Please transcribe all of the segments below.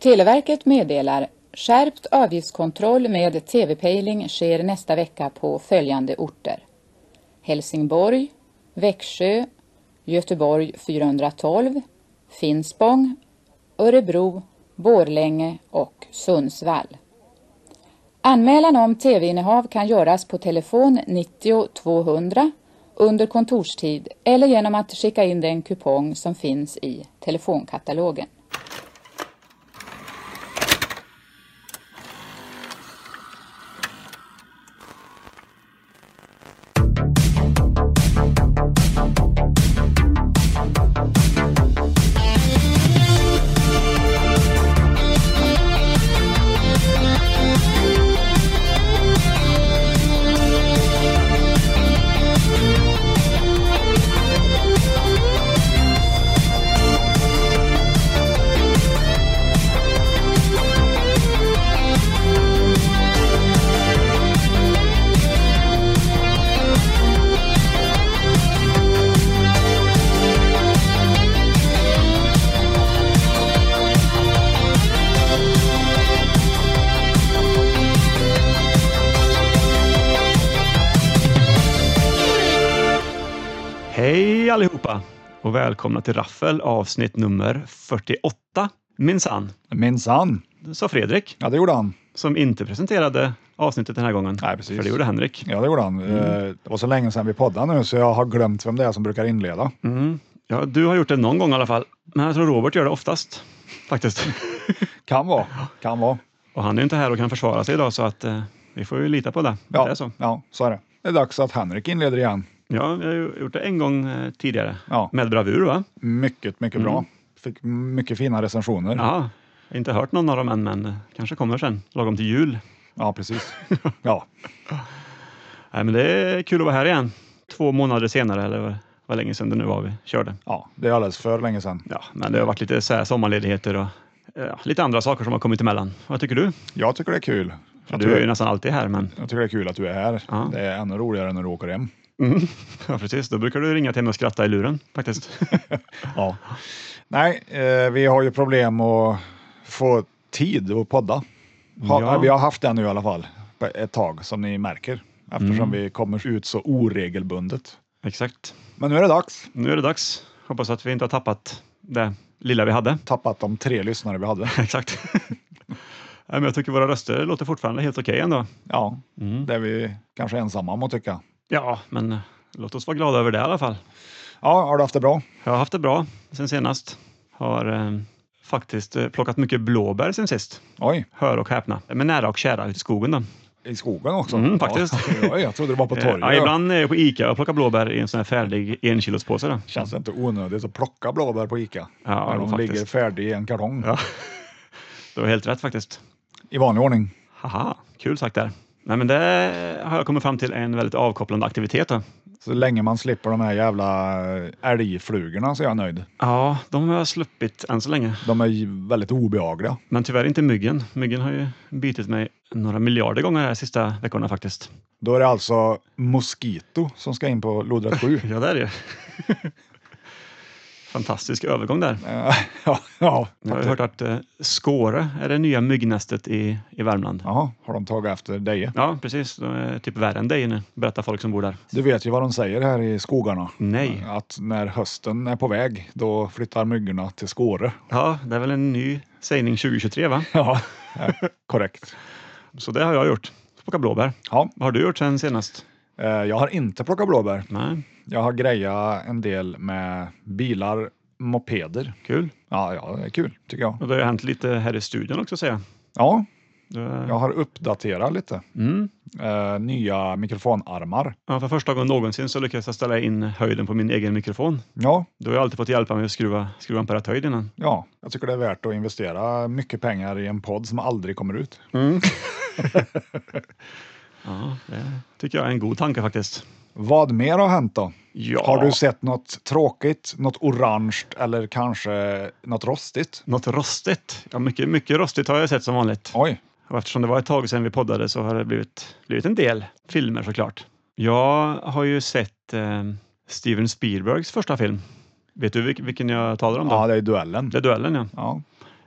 Televerket meddelar skärpt avgiftskontroll med TV-pejling sker nästa vecka på följande orter. Helsingborg, Växjö, Göteborg 412, Finspång, Örebro, Borlänge och Sundsvall. Anmälan om TV-innehav kan göras på telefon 90 200 under kontorstid eller genom att skicka in den kupong som finns i telefonkatalogen. Hej allihopa och välkomna till Raffel avsnitt nummer 48. Minsann, Minsann. sa Fredrik Ja, det gjorde han. som inte presenterade avsnittet den här gången. Nej, precis. För det gjorde Henrik. Ja, det gjorde han. Mm. Eh, Det var så länge sedan vi poddade nu så jag har glömt vem det är som brukar inleda. Mm. Ja, du har gjort det någon gång i alla fall, men jag tror Robert gör det oftast faktiskt. Kan vara. Kan vara. Och han är ju inte här och kan försvara sig idag så att eh, vi får ju lita på det. Ja, Det är så. ja, så är det. Det är dags att Henrik inleder igen. Ja, vi har ju gjort det en gång eh, tidigare Ja. med bravur va? Mycket, mycket bra. Fick mycket fina recensioner. Ja, Mm. Ja, jag har inte hört någon av dem än, men eh, kanske kommer sen lagom till jul. precis. Ja, Nej, men det är kul att vara här igen. Två månader senare eller vad- vad länge sedan det nu var vi körde. ja, det är alldeles för länge sedan. Ja, men det har varit lite så här sommarledigheter och ja, lite andra saker som har kommit emellan. Vad tycker du? Jag tycker det är kul. Jag Du är ju tycker, nästan alltid här, men... jag tycker det är kul att du är här. Ja. Det är ännu roligare när du åker hem. Ja, precis. Då brukar du ringa till mig och skratta i luren faktiskt. Ja. Nej, eh, vi har ju problem att få tid att podda. Ha, Ja. Vi har haft det nu i alla fall på ett tag som ni märker Mm. eftersom vi kommer ut så oregelbundet. Exakt. Men nu är det dags. Nu är det dags. Hoppas att vi inte har tappat det lilla vi hade. Tappat de tre lyssnare vi hade. Exakt. Nej, men jag tycker våra röster låter fortfarande helt okej ändå. Ja, Mm. det är vi kanske ensamma om att tycka. Ja, men eh, låt oss vara glada över det i alla fall. Ja, har du haft det bra? Jag har haft det bra sen senast. Har eh, faktiskt eh, plockat mycket blåbär sen sist. Oj, Hör och häpna. Men nära och kära ute i skogen då. i skogen också? Mm, faktiskt. Eh, Ja, oj, jag trodde det var på torget. Ja, ibland är jag på Ica och plockar blåbär i en sån här färdig enkilospåse. Då. Känns det inte onödigt att plocka blåbär på Ica? Ja, när de faktiskt. ligger färdig i en kartong. Ja. Det var helt rätt faktiskt. I vanlig ordning. Haha, kul sagt där. Nej, men det har jag kommit fram till är en väldigt avkopplande aktivitet. Då. Så länge man slipper de här jävla eh, älgflugorna så är jag nöjd. Ja, de har jag sluppit än så länge. De är ju väldigt obehagliga. Men tyvärr inte myggen. Myggen har ju bitit mig några miljarder gånger de här sista veckorna faktiskt. Då är det alltså Mosquito som ska in på lodrätt 7. Ja, det är det ju. Fantastisk övergång där. Eh, ja, ja, Jag har ju hört att eh, Skåre är det nya myggnästet i, i Värmland. Jaha, har de tagit efter dig? Ja, precis. De är typ värre än dig nu, berättar folk som bor där. Du vet ju vad de säger här i skogarna. Nej. Att när hösten är på väg, då flyttar myggorna till Skåre. Ja, det är väl en ny sägning 2023, va? Ja, eh, korrekt. Så det har jag gjort. Plocka blåbär. Ja, Vad har du gjort sen senast? eh, jag har inte plockat blåbär. Nej, Jag har grejat en del med bilar, mopeder. kul. Ja, ja, det är kul tycker jag. Och det har hänt lite här i studion också, säger jag. Ja, Du, eh, jag har uppdaterat lite. Mm. Eh, nya mikrofonarmar. Ja, för första gången någonsin så lyckades jag ställa in höjden på min egen mikrofon. Ja, Du har jag alltid fått hjälpa mig att skruva, skruva på rätt höjd innan. Ja, jag tycker det är värt att investera mycket pengar i en podd som aldrig kommer ut. Ja, det tycker jag är en god tanke faktiskt. Vad mer har hänt då? Ja. Har du sett något tråkigt, något orange eller kanske något rostigt? Något rostigt? Ja, mycket, mycket rostigt har jag sett som vanligt. Oj, Och eftersom det var ett tag sedan vi poddade så har det blivit, blivit en del filmer såklart. Jag har ju sett eh, Steven Spielbergs första film. Vet du vilk- vilken jag talar om? Då? ja det är duellen. Det är Duellen, ja. Ja.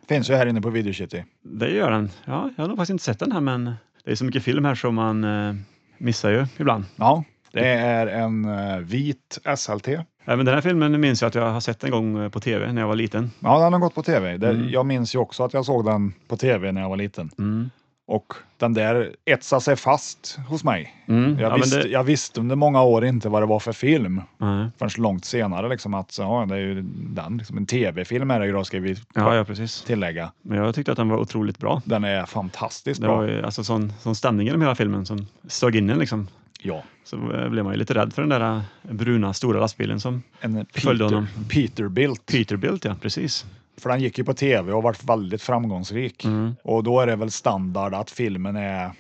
Finns ju här inne på Video City. Det gör den. Ja, jag har nog faktiskt inte sett den här men det är så mycket film här som man eh, missar ju ibland. Ja, det är en eh, vit SLT. Även den här filmen minns jag att jag har sett en gång eh, på tv när jag var liten. Ja, den har gått på tv. Det, Mm. Jag minns ju också att jag såg den på tv när jag var liten. Mm. Och den där etsade sig fast hos mig. Mm. Jag, ja, men visste, det, jag visste under många år inte vad det var för film. nej. Förrän långt senare liksom att ja, det är ju den. Liksom en tv-film är det ju då ska vi ja, ja, precis. tillägga. Men jag tyckte att den var otroligt bra. Den är fantastiskt Det bra. var ju alltså sån, sån stämning genom hela filmen som sög in en liksom. Ja. Så eh, blev man ju lite rädd för den där eh, bruna stora lastbilen som En Följde Peter, honom. Peterbilt. Peterbilt, ja precis. För den gick ju på tv och varit väldigt framgångsrik. Mm. Och då är det väl standard att filmen är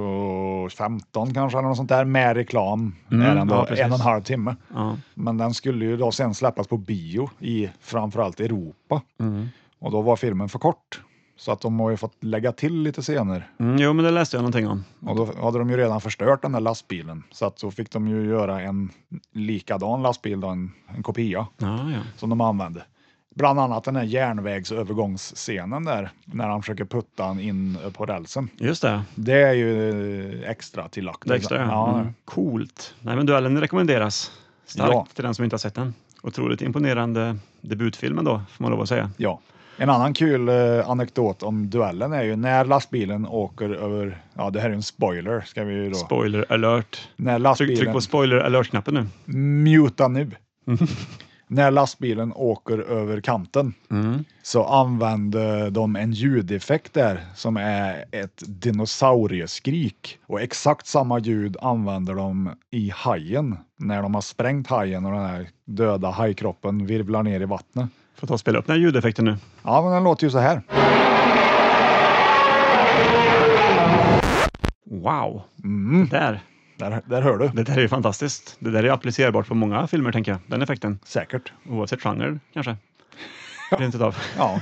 1.15 kanske eller något sånt där med reklam. Mm, är den då, ja, precis. en och en halv timme. Ja. Men den skulle ju då sen släppas på bio i framförallt Europa. Mm. Och då var filmen för kort. Så att de har ju fått lägga till lite scener. Mm, jo, men det läste jag någonting om. Och då hade de ju redan förstört den där lastbilen. Så att så fick de ju göra en likadan lastbil, då, en, en kopia Ja, ja. som de använde. Bland annat den här järnvägsövergångsscenen där, när han försöker putta han in på rälsen. Just det. Det är ju eh, extra tillagt. liksom. Det extra, ja. ja. Mm. Coolt. Nej, men duellen rekommenderas starkt Ja. till den som inte har sett den. Otroligt imponerande debutfilm då, får man lov att säga. ja. En annan kul eh, anekdot om duellen är ju när lastbilen åker över, ja det här är en spoiler ska vi ju då. Spoiler alert. när Tryck, lastbilen, tryck på Mm. spoiler alert-knappen nu. muta nu. när lastbilen åker över kanten så använde de en ljudeffekt där som är ett dinosaurieskrik. Och exakt samma ljud använder de i hajen när de har sprängt hajen och den här döda hajkroppen virvlar ner i vattnet. Får ta och spela upp den här ljudeffekten nu. Ja, men den låter ju så här. Wow! Det, där, Mm, Där, där hör du. det där är ju fantastiskt. Det där är ju applicerbart på många filmer, tänker jag. Den effekten. Säkert. Oavsett genre, kanske. Rent utav. Ja,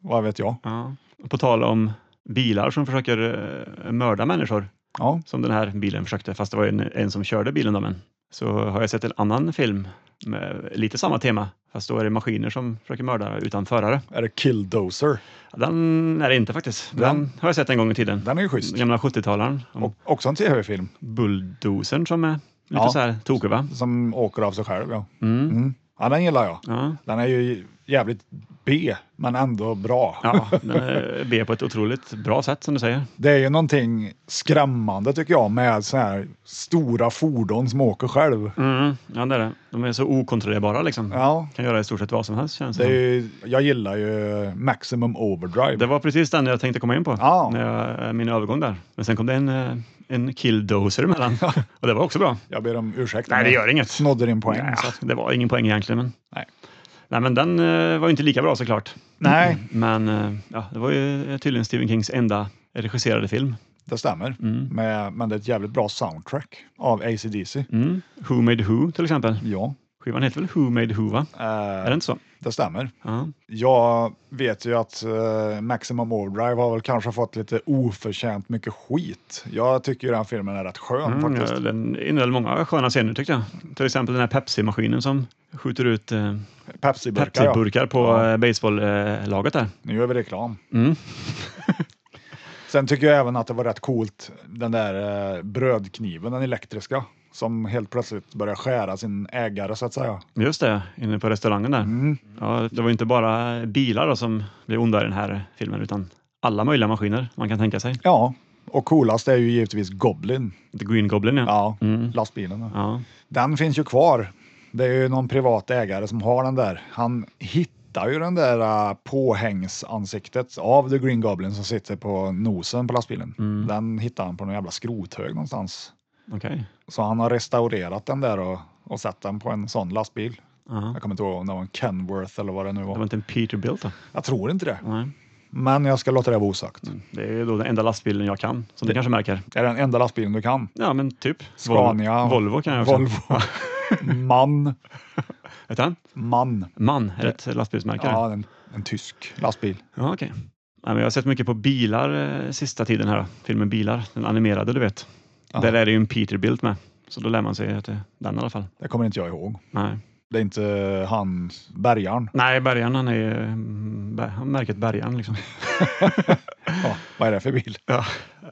vad vet jag. Ja. Och På tal om bilar som försöker eh, mörda människor. Ja, som den här bilen försökte, fast det var ju en, en som körde bilen då, men så har jag sett en annan film med lite samma tema, fast då är det maskiner som försöker mörda utan förare. är det Killdozer? Den är det inte faktiskt. Den har jag sett en gång i tiden. Den är ju schysst. Den gamla 70-talaren. om Och, också en tv-film Bulldozern som är lite Ja. så här tokig va? som åker av sig själv. Ja. Mm. Mm. ja, den gillar jag. Ja. Den är ju jävligt B, men ändå bra. Ja, den är B på ett otroligt bra sätt som du säger. Det är ju någonting skrämmande tycker jag med så här stora fordon som åker själv. Mm, ja, det är det. De är så okontrollerbara liksom. Ja, Kan göra i stort sett vad som helst känns det är som. ju, jag gillar ju Maximum Overdrive. Det var precis den jag tänkte komma in på, Ja. när jag, eh, min övergång där. Men sen kom det en, eh, en killdozer emellan och det var också bra. Jag ber om ursäkt. Nej, det gör inget. Snodde din poäng. Nja, så att- det var ingen poäng egentligen. Men... Nej. Nej, men den eh, var ju inte lika bra såklart. Nej, Men eh, ja, det var ju tydligen Stephen Kings enda regisserade film. det stämmer. Men, men det är ett jävligt bra soundtrack av ACDC. Mm. Who Made Who till exempel. Ja, Skivan heter väl Who Made Who va? eh, Är det inte så? det stämmer. Ja. Jag vet ju att eh, Maximum Overdrive har väl kanske fått lite oförtjänt mycket skit. Jag tycker ju den filmen är rätt skön Mm, faktiskt. ja, den innehöll många sköna scener tyckte jag. Till exempel den här Pepsi-maskinen som skjuter ut eh, Pepsi-burkar ja. Pepsi-burkar på Ja. ja. baseballlaget där. Nu gör vi reklam. Mm. Sen tycker jag även att det var rätt coolt, den där eh, brödkniven, den elektriska, som helt plötsligt börjar skära sin ägare så att säga. Just det, inne på restaurangen Mm. där. Ja, det var inte bara bilar då som blev onda i den här filmen utan alla möjliga maskiner man kan tänka sig. Ja, och coolast är ju givetvis Goblin, The Green Goblin ja. ja, lastbilen. ja. Ja. Den finns ju kvar. Det är ju någon privat ägare som har den där. Han hittar ju den där eh, påhängsansiktet av The Green Goblin som sitter på nosen på lastbilen. Den hittar han på någon jävla skrothög någonstans. Okej. Så han har restaurerat den där och, och satt den på en sån lastbil. Ja. Jag kommer inte ihåg om det var en Kenworth eller vad det nu Det var. var inte en Peterbilt då? Jag tror inte det, Nej. men jag ska låta det vara osagt. Det är ju då den enda lastbilen jag kan, som du kanske märker. Det är den enda lastbilen du kan. Ja, men typ. Scania. Volvo, Volvo kan jag också. Volvo. Man. Vet han? Man. Man är ett lastbilsmärke. det. Ja, en, en tysk lastbil. Ja, okej. Nej, men jag har sett mycket på bilar eh, sista tiden här. Filmen Bilar, den animerade du vet. Ja. Där är det ju en Peterbilt med. Så då lär man sig att det är den i alla fall. Det kommer inte jag ihåg. Nej. Det är inte han, bärgaren. Nej, bärgaren han är ju... mm, bär- Han märket bärgaren liksom. Ja, vad är det för bil? Ja.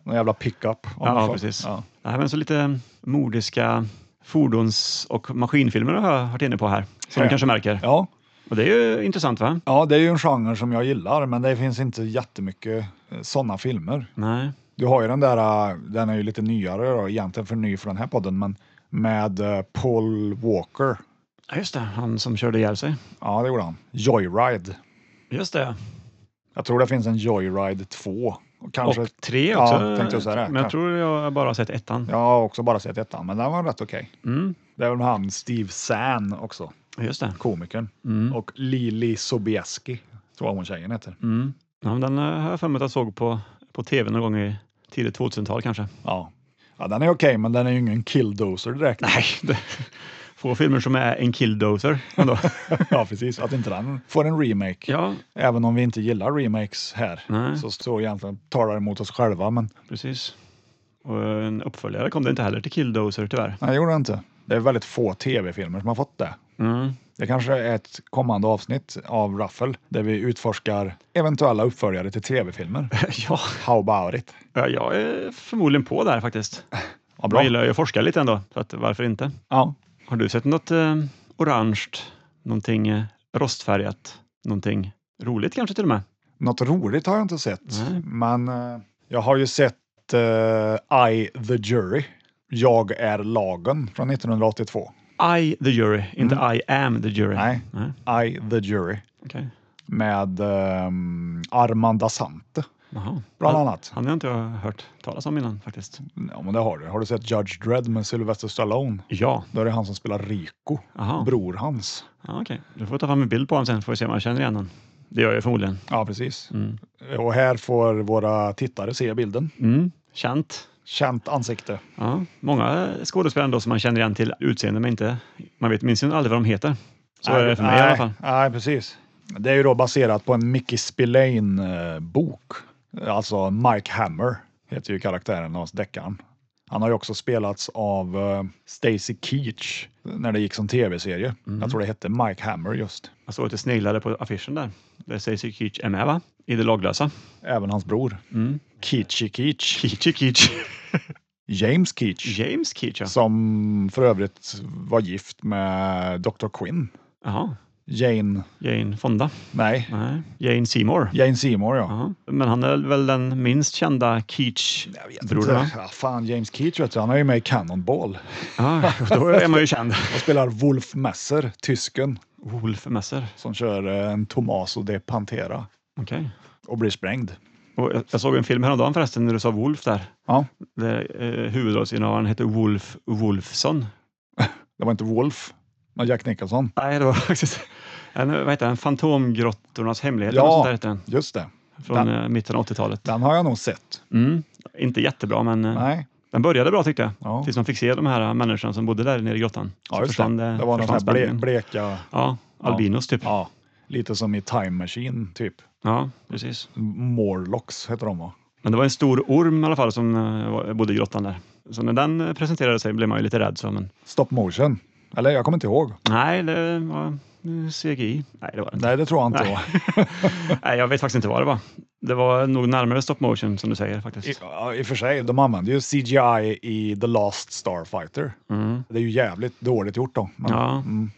Någon jävla pickup. av Ja, något slag. precis. Ja. Nej, men så lite mm, mordiska fordons och maskinfilmer har jag varit inne på här. Som Ja. du kanske märker. Ja. Och det är ju intressant va? ja, det är ju en genre som jag gillar, men det finns inte jättemycket sådana filmer. Nej. Du har ju den där, eh, den är ju lite nyare då, egentligen för ny för den här podden, men med eh, Paul Walker. Ja, just det. Han som körde ihjäl sig. Ja, det gjorde han. Joyride. Just det. Jag tror det finns en Joyride 2. Och kanske, Och tre också. Ja, tänkte jag säga det. Men jag tror jag bara har sett ettan. Jag har också bara sett ettan, men den var rätt okej. Mm. Det är väl han Steve Zahn också, Just det. komikern. Mm. Och Lili Sobieski, tror jag hon tjejen heter. Mm. Ja, men den eh, har jag för mig att jag såg på, på tv någon gång i tidigt 2000-tal kanske. Ja. ja, den är okej, men den är ju ingen killdozer direkt. Nej, det, få filmer som är en killdozer ändå. ja, precis. Att inte den får en remake. ja, Även om vi inte gillar remakes här, Nej. så står egentligen talar emot oss själva. Men precis. Och en uppföljare kom det inte heller till Killdozer tyvärr. nej, det gjorde det inte. Det är väldigt få tv-filmer som har fått det. Mm. Det kanske är ett kommande avsnitt av Raffle där vi utforskar eventuella uppföljare till tv-filmer. ja, How about it? ja, jag är förmodligen på där faktiskt. Ja, Jag bra. gillar ju att forska lite ändå, så att, varför inte? Ja. Har du sett något eh, orange, någonting eh, rostfärgat, någonting roligt kanske till och med? Något roligt har jag inte sett, Nej. men eh, jag har ju sett eh, I the Jury. Jag är lagen från 1982. I the jury, inte I am the jury. Nej, Mm. Nej. I the Jury okej. med um, Armand Assante Jaha. bland Han- annat. Han har inte jag hört talas om innan faktiskt. Ja, men det har du. Har du sett Judge Dredd med Sylvester Stallone? Ja, Då är det han som spelar Rico, Jaha. bror hans. Ja, okej. Du får ta fram en bild på honom sen får vi se om jag känner igen honom. Det gör jag förmodligen. Ja, precis. Mm. Och här får våra tittare se bilden. Mm. Känt. Känt ansikte. Ja. Många skådespelare ändå som man känner igen till utseende men inte, man vet, minns ju aldrig vad de heter. Så är det för mig nej, i alla fall. Nej, precis. Det är ju då baserat på en Mickey Spillane-bok. Alltså Mike Hammer heter ju karaktären av deckaren. Han har ju också spelats av eh, Stacy Keach när det gick som tv-serie. Mm. Jag tror det hette Mike Hammer just. Jag såg att det sneglade på affischen där. Där Stacy Keach är med va? I Det laglösa. Även hans bror. Mm. Keachy Keach. Keachy Keach. James Keach. James Keach ja. Som för övrigt var gift med Dr. Quinn. Jaha. Jane... Jane Fonda. Nej. Nej. Jane Seymour. Jane Seymour ja. Jaha. Men han är väl den minst kända Jag vet Keach-brodern? va? inte. Ja, fan, James Keach vet du, han är ju med i Cannonball. Ja, då är man ju känd. Och spelar Wolf Messer, tysken, Wolf Messer. som kör eh, en Tomaso de Pantera Okej. och blir sprängd. Och jag, jag såg en film häromdagen förresten när du sa Wolf där. Ja, där eh, huvudrollsinnehavaren heter Wolf Wolfson. det var inte Wolf, men Jack Nicholson. Nej, det var faktiskt... En, vad heter den? Fantomgrottornas hemlighet Ja. eller något sånt där heter den. Just det, Från eh, mitten av 80-talet. den har jag nog sett. Mm. Inte jättebra, men eh, Nej, den började bra tyckte jag. Ja. Tills man fick se de här människorna som bodde där nere i grottan. ja, Så just det. försvann det var någon försvann sån här ble, spänningen. bleka, Ja, albinos typ. Ja. ja, lite som i Time Machine typ. precis. Morlocks heter de va? Men det var en stor orm i alla fall som eh, var- bodde i grottan där. Så när den eh, presenterade sig blev man ju lite rädd. Så, men Stop motion, eller jag kommer inte ihåg. Nej, det var eh, CGI. Nej, det var det inte. Nej, det tror jag inte. va. Nej, jag vet faktiskt inte vad det var. Det var nog närmare stop motion som du säger I, faktiskt. ja, I och för sig, de använde ju CGI i The Last Starfighter. Mm. Det är ju jävligt dåligt gjort då. Men, Ja. Mm.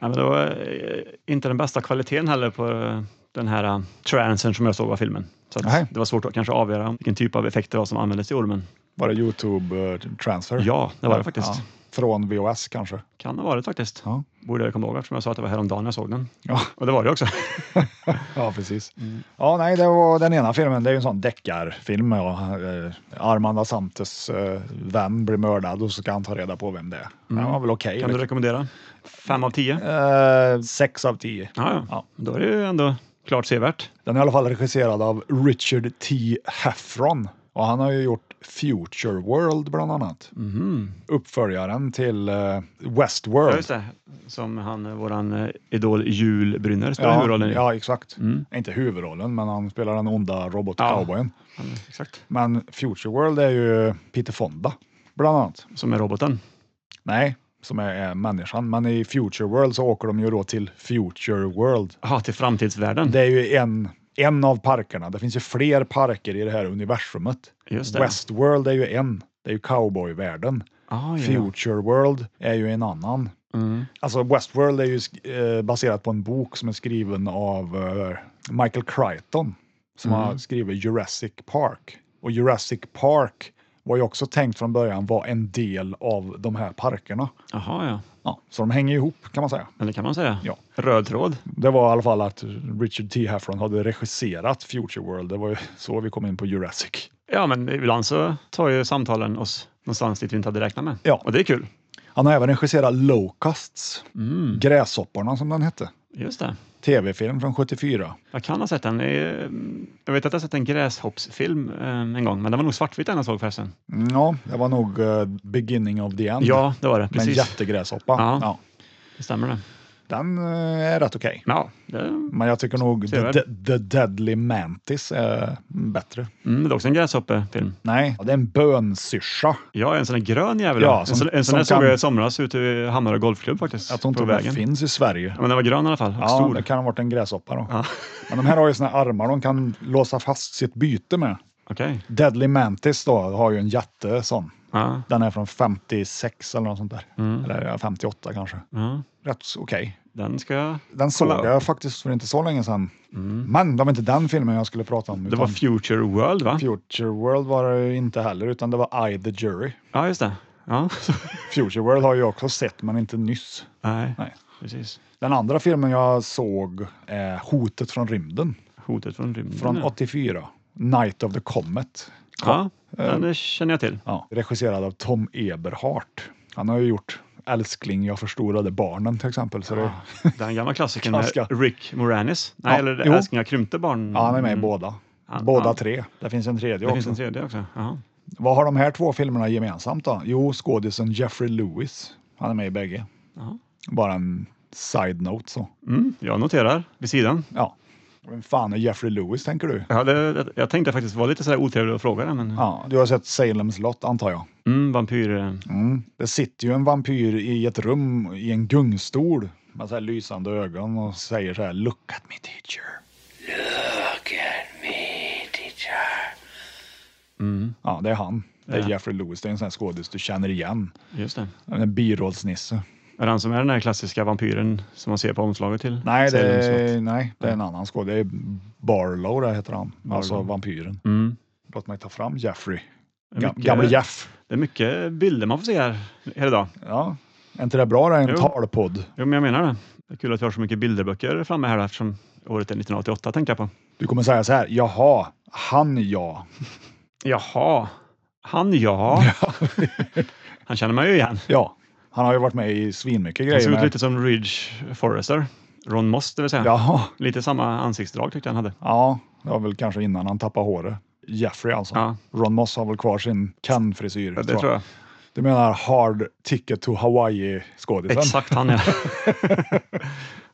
Nej, men det var eh, inte den bästa kvaliteten heller på eh, den här eh, transen som jag såg av filmen. Så Nej. att det var svårt att kanske avgöra vilken typ av effekt det var som användes i ormen. Var det Youtube-transfer? Ja, det var det faktiskt. Ja. Från VOS kanske? Kan ha varit faktiskt. Ja. Borde jag komma ihåg eftersom jag sa att det var häromdagen jag såg den. Ja, Och det var det också. ja precis. Mm. Ja, nej, det var den ena filmen. Det är ju en sån deckarfilm. Ja. Eh, Armand Assantes eh, vän blir mördad och så ska han ta reda på vem det är. Den var väl Mm. okej. liksom. Kan du rekommendera? Fem av tio? Ja, Eh, sex av tio. ja. Ja. Då är det ju ändå klart sevärt. Den är i alla fall regisserad av Richard T. Heffron. Och han har ju gjort Future World bland annat. Mhm. Uppföljaren till eh, Ja, Westworld. just det. Som han, eh, våran eh, idol Jul Brynner spelar huvudrollen i. Mm. ja, exakt. Inte huvudrollen, men han spelar den onda robot-cowboyen. Han, exakt. Men Future World är ju Peter Fonda, bland annat. Som är roboten. Nej, som är, är människan. Men i Future World så åker de ju då till Future World. Jaha, till framtidsvärlden. Det är ju en, en av parkerna. Det finns ju fler parker i det här universumet. Just det. Westworld är ju en. Det är ju cowboyvärlden. Ah, ja. Future World är ju en annan. Mm. Alltså Westworld är ju sk- eh, baserat på en bok som är skriven av eh, Michael Crichton som Mm. har skrivit Jurassic Park. Och Jurassic Park var ju också tänkt från början vara en del av de här parkerna. Jaha, ja. Ja, så de hänger ihop kan man säga. Eller kan man säga. Ja. Röd tråd. Det var i alla fall att Richard T. Heffron hade regisserat Future World. Det var ju så vi kom in på Jurassic. Ja, men ibland så tar ju samtalen oss någonstans dit vi inte hade räknat med. Ja. Och det är kul. Han har även regisserat Locusts, Mm. Gräshopparna som den hette. Just det. Tv-film från 74. Jag kan ha sett den. Eh, Jag vet att jag har sett en gräshoppsfilm eh, en gång, men den var nog svartvit den jag såg förresten. Mm, Ja, det var nog eh, beginning of the end. Ja, det var det. Med en Precis. jättegräshoppa. Ja. Ja, Det stämmer det. den eh, är rätt okej. Ja, det, Men jag tycker nog Ser the, väl. De- the Deadly Mantis är bättre. mm, det är också en gräshoppefilm. Nej, det är en bönsyrsa. Ja, en sån där grön jävel. Ja, en, som- sån, en som sån där såg kan- jag i somras ute i Hammarö golfklubb faktiskt. Jag tror inte på de vägen. finns i Sverige. Ja, men den var grön i alla fall. Och Ja, stor. det kan ha varit en gräshoppa då. Ja, Men de här har ju sina armar de kan låsa fast sitt byte med. Okej. Deadly Mantis då har ju en jätte sån. Ja, Den är från 56 eller något sånt där. Mm. Eller ja, 58 kanske. ja. Rätt okej. Den ska jag... Den såg Kolla. jag faktiskt för inte så länge sedan. Men det var inte den filmen jag skulle prata om. Mm. Det var utan Future World, va? Future World var det ju inte heller, utan det var I the Jury. Ja, just det. Ja. Future World har jag också sett, men inte nyss. Nej, Nej. precis. Den andra filmen jag såg är Hotet från rymden Hotet från rymden. från ja. 84. Night of the Comet. Ja, Eh. den eh, känner jag till. Ja. Regisserad av Tom Eberhardt. Han har ju gjort Älskling, jag förstorade barnen till exempel. Så Ah. det, Den gamla klassikern Klassiker. med Rick Moranis. Nej, Ja, eller jo. Älskling, jag krympte barn. ja, han är med i båda. Han- båda han- tre. Det finns en Mm. Det tredje finns också. Mm. en tredje också. Jaha. Vad har de här två filmerna gemensamt då? Jo, skådisen Jeffrey Lewis. Han är med i bägge. Jaha. Bara en side-note så. Mm, jag noterar vid sidan. Ja. Vem fan är Jeffrey Lewis tänker du? Jag, hade, jag tänkte faktiskt vara lite sådär otrevlig och fråga det, men Ja, du har sett Salems lott antar jag? mm, vampyr... eh, Mm. Det sitter ju en vampyr i ett rum i en gungstol med så här lysande ögon och säger så här Look at me teacher. Look at me, teacher. Mm. Ja, det är han. Det är Jeffrey Lewis. Det är en sån här skådis du känner igen. Just det. En birollsnisse. Är det han som är den här klassiska vampyren som man ser på omslaget till? Nej, det Salem's är, Lot? nej, det är en annan skådis. Det är Barlow, det heter han. Alltså vampyren. Mm. Låt mig ta fram Jeffrey. Det är Ga- mycket- Gamle Jeff. Det är mycket bilder man får se här hela dag. Ja. Är inte det bra? Det är en Jo. talpodd. Jo, men jag menar det. Det är kul att vi har så mycket bilderböcker framme här eftersom året är 1988 tänkte jag på. Du kommer säga så här. Jaha, han ja. Jaha, han ja. han känner man ju igen. Ja, han har ju varit med i svinmycket Han grejer. såg ut med- lite som Ridge Forrester. Ron Moss det vill säga. Jaha. Lite samma ansiktsdrag tyckte jag han hade. Ja, det var väl kanske innan han tappade håret. Jeffrey alltså. Ja. Ron Moss har väl kvar sin Ken-frisyr. Det tror jag. tror jag. Du menar Hard Ticket to Hawaii-skådisen? Exakt han ja.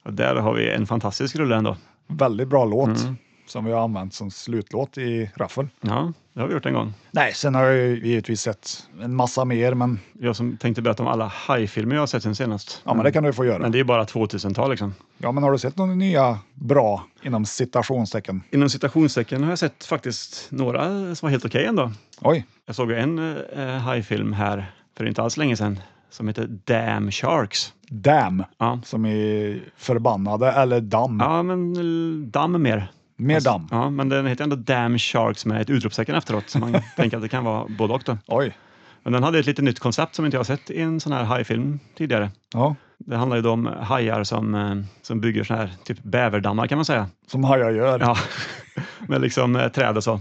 Och där har vi en fantastisk rulle ändå. Väldigt bra låt Mm. som vi har använt som slutlåt i Raffel. Ja, det har vi gjort en gång. Nej, sen har jag ju givetvis sett en massa mer, men, Jag som tänkte berätta om alla hajfilmer jag har sett sen senast. ja, men det kan du få göra. Mm. Men det är ju bara 2000-tal liksom. Ja, men har du sett några nya bra inom citationstecken? Inom citationstecken har jag sett faktiskt några som var helt okej ändå. Oj, Jag såg ju en eh, hajfilm här för inte alls länge sedan som heter Damn Sharks. damn, Ja. som är förbannade eller damm. Ja, men eh, damm mer. Mer Fast- damm. Ja, men den heter ändå Damn Sharks med ett utropstecken efteråt. Så man tänker att det kan vara både och. Då. Oj, Men den hade ett lite nytt koncept som inte jag har sett i en sån här hajfilm tidigare. ja. Det handlar ju då om hajar som, eh, som bygger såna här typ bäverdammar kan man säga. som hajar gör. Ja, med liksom eh, träd och så.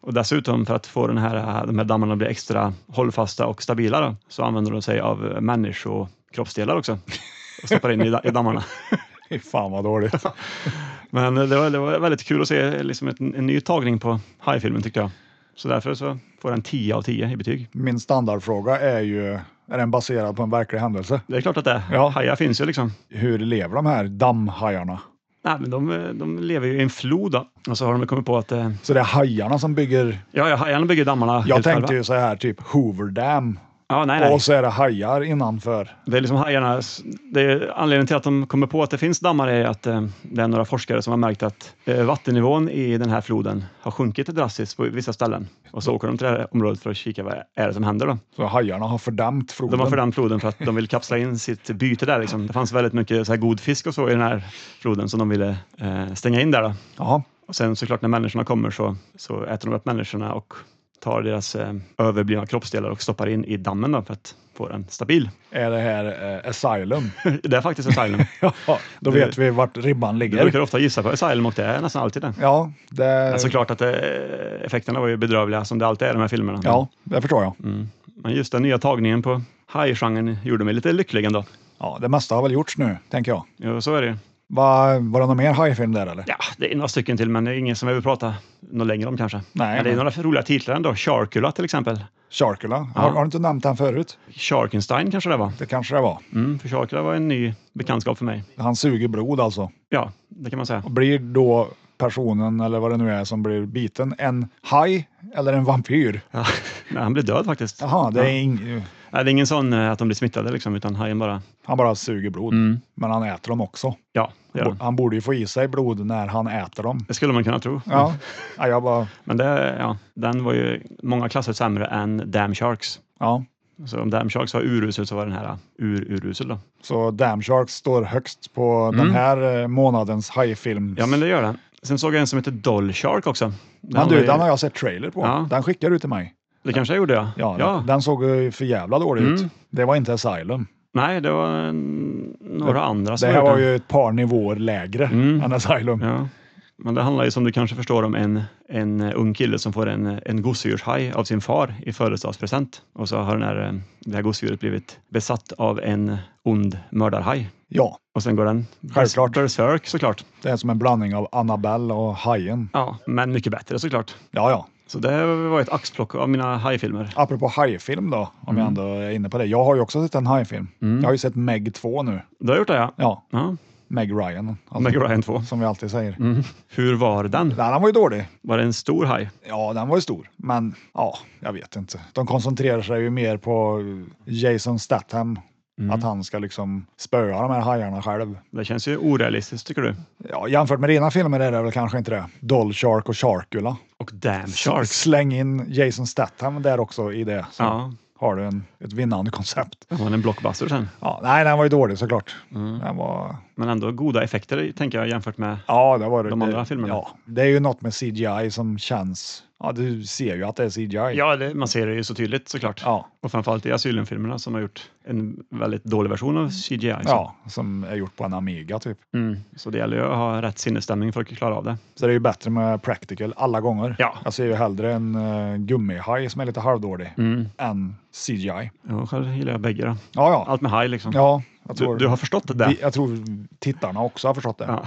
Och dessutom för att få den här, eh, de här dammarna att bli extra hållfasta och stabila då, så använder de sig av eh, människokroppsdelar också och stoppar in i, da- i dammarna. Fy Fan vad dåligt. Men eh, det var, det var väldigt kul att se liksom ett, en ny tagning på hajfilmen tyckte jag. Så därför så får den 10 av 10 i betyg. Min standardfråga är ju, är den baserad på en verklig händelse? Det är klart att det är. Ja. Hajar finns ju liksom. Hur lever de här dammhajarna? Nej, men de, eh, de lever ju i en flod då. och så har de kommit på att eh, Så det är hajarna som bygger? ja, ja, hajarna bygger dammarna Jag helt tänkte själva. ju så här, typ Hoover Dam Ja, nej, nej. Och så är det hajar innanför. Det är liksom hajarna, det är anledningen till att de kommer på att det finns dammar är att eh, det är några forskare som har märkt att eh, vattennivån i den här floden har sjunkit drastiskt på vissa ställen. Och så åker de till det här området för att kika vad är det som händer. Då. Så hajarna har fördämt De floden. har fördämt floden för att de vill kapsla in sitt byte där. Liksom. Det fanns väldigt mycket så här god fisk och så i den här floden som de ville eh, stänga in där. Då. Jaha. Och sen såklart när människorna kommer så, så äter de upp människorna och tar deras eh, överblivna kroppsdelar och stoppar in i dammen då för att få den stabil. Är det här eh, asylum? Det är faktiskt asylum. ja, då Det- vet vi vart ribban Du ligger. brukar ofta gissa på asylum och det är nästan alltid det. Ja, det, Men såklart att eh, effekterna var ju bedrövliga som det alltid är i de här filmerna. ja, det förstår jag. Mm. Men just den nya tagningen på hajgenren gjorde mig lite lycklig ändå. Ja, det mesta har väl gjorts nu, tänker jag. Jo, så är det ju. Va, var det någon mer hajfilm där eller? Ja, det är några stycken till men det är ingen som jag vill prata något längre om kanske. Nej, men det är men- några roliga titlar ändå. Sharkula till exempel. Sharkula? Har, har du inte nämnt den förut? Sharkenstein kanske det var. Det kanske det var. Mm, för Sharkula var en ny bekantskap för mig. Han suger blod alltså. Ja, det kan man säga. Och blir då personen, eller vad det nu är, som blir biten en haj eller en vampyr? Ja, nej, han blev död faktiskt. Jaha, det är ja. ing- Nej, det är ingen sån eh, att de blir smittade liksom, utan hajen bara... han bara suger blod. Men han äter dem också. Mm. Ja, Mm. det gör de. Han borde ju få i sig blod när han äter dem. Det skulle man kunna tro. Ja, ja jag bara... Men det, ja, den var ju många klasser sämre än Damn Sharks. Ja. Så om Damn Sharks var urusel så var den här ur-urusel då. Så Damn Sharks står högst på den här eh, månadens hajfilms... Mm. Ja, men det gör den. Sen såg jag en som heter Doll Shark också. Men var du, ju- den har jag sett trailer på. Ja. Den skickar du till mig. Det kanske jag gjorde, ja. Mm. Ja, Den såg ju för jävla dålig ut. Det var inte Asylum. Nej, det var en, några andra som Det här gjorde var den. ju ett par nivåer lägre än Asylum. Mm. Ja. Men det handlar ju som du kanske förstår om en, en eh, ung kille som får en, en gosedjurshaj av sin far i födelsedagspresent. Och så har den här, eh, det här gosedjuret blivit besatt av en ond mördarhaj. Ja, Och sen går den Självklart. berserk såklart. det är som en blandning av Annabelle och Hajen. Ja, men mycket bättre såklart. Ja, ja. Så det var ett axplock av mina hajfilmer. Apropå hajfilm då, Mm. om jag ändå är inne på det. Jag har ju också sett en hajfilm. Jag har ju sett Meg 2 nu. Du har gjort det ja. Ja, ja. Meg Ryan. Alltså, Mm. Meg Ryan 2. Som vi alltid säger. Mm. Hur var den? Nej, den var ju dålig. Var det en stor haj? Ja, den var ju stor. Men ja, jag vet inte. De koncentrerar sig ju mer på Jason Statham. Mm. Att han ska liksom spöa de här hajarna själv. Det känns ju orealistiskt tycker du. Ja, jämfört med dina filmer är det väl kanske inte det. Doll Shark och Sharkula. Och Damn Sharks. Släng in Jason Statham där också i det. Så Ja, har du en, ett vinnande koncept. det var en blockbuster sen. Ja, nej, den var ju dålig såklart. Mm. Den var, Men ändå goda effekter tänker jag jämfört med ja, det var det. De andra filmerna. Ja, det är ju något med CGI som känns... Ja, du ser ju att det är CGI. Ja, det, man ser det ju så tydligt såklart. Ja. Och framförallt i Asylum-filmerna som har gjort en väldigt dålig version av CGI. så- ja, som är gjort på en Amiga typ. Mm. Så det gäller ju att ha rätt sinnesstämning för att klara av det. Så det är ju bättre med practical alla gånger. Ja. Jag ser ju hellre en uh, gummihaj som är lite halvdålig Mm. än CGI. Ja, själv gillar jag bägge. Då. Ja, ja. Allt med haj liksom. ja jag, tror, du, du har förstått det där? vi, jag tror tittarna också har förstått det. Ja.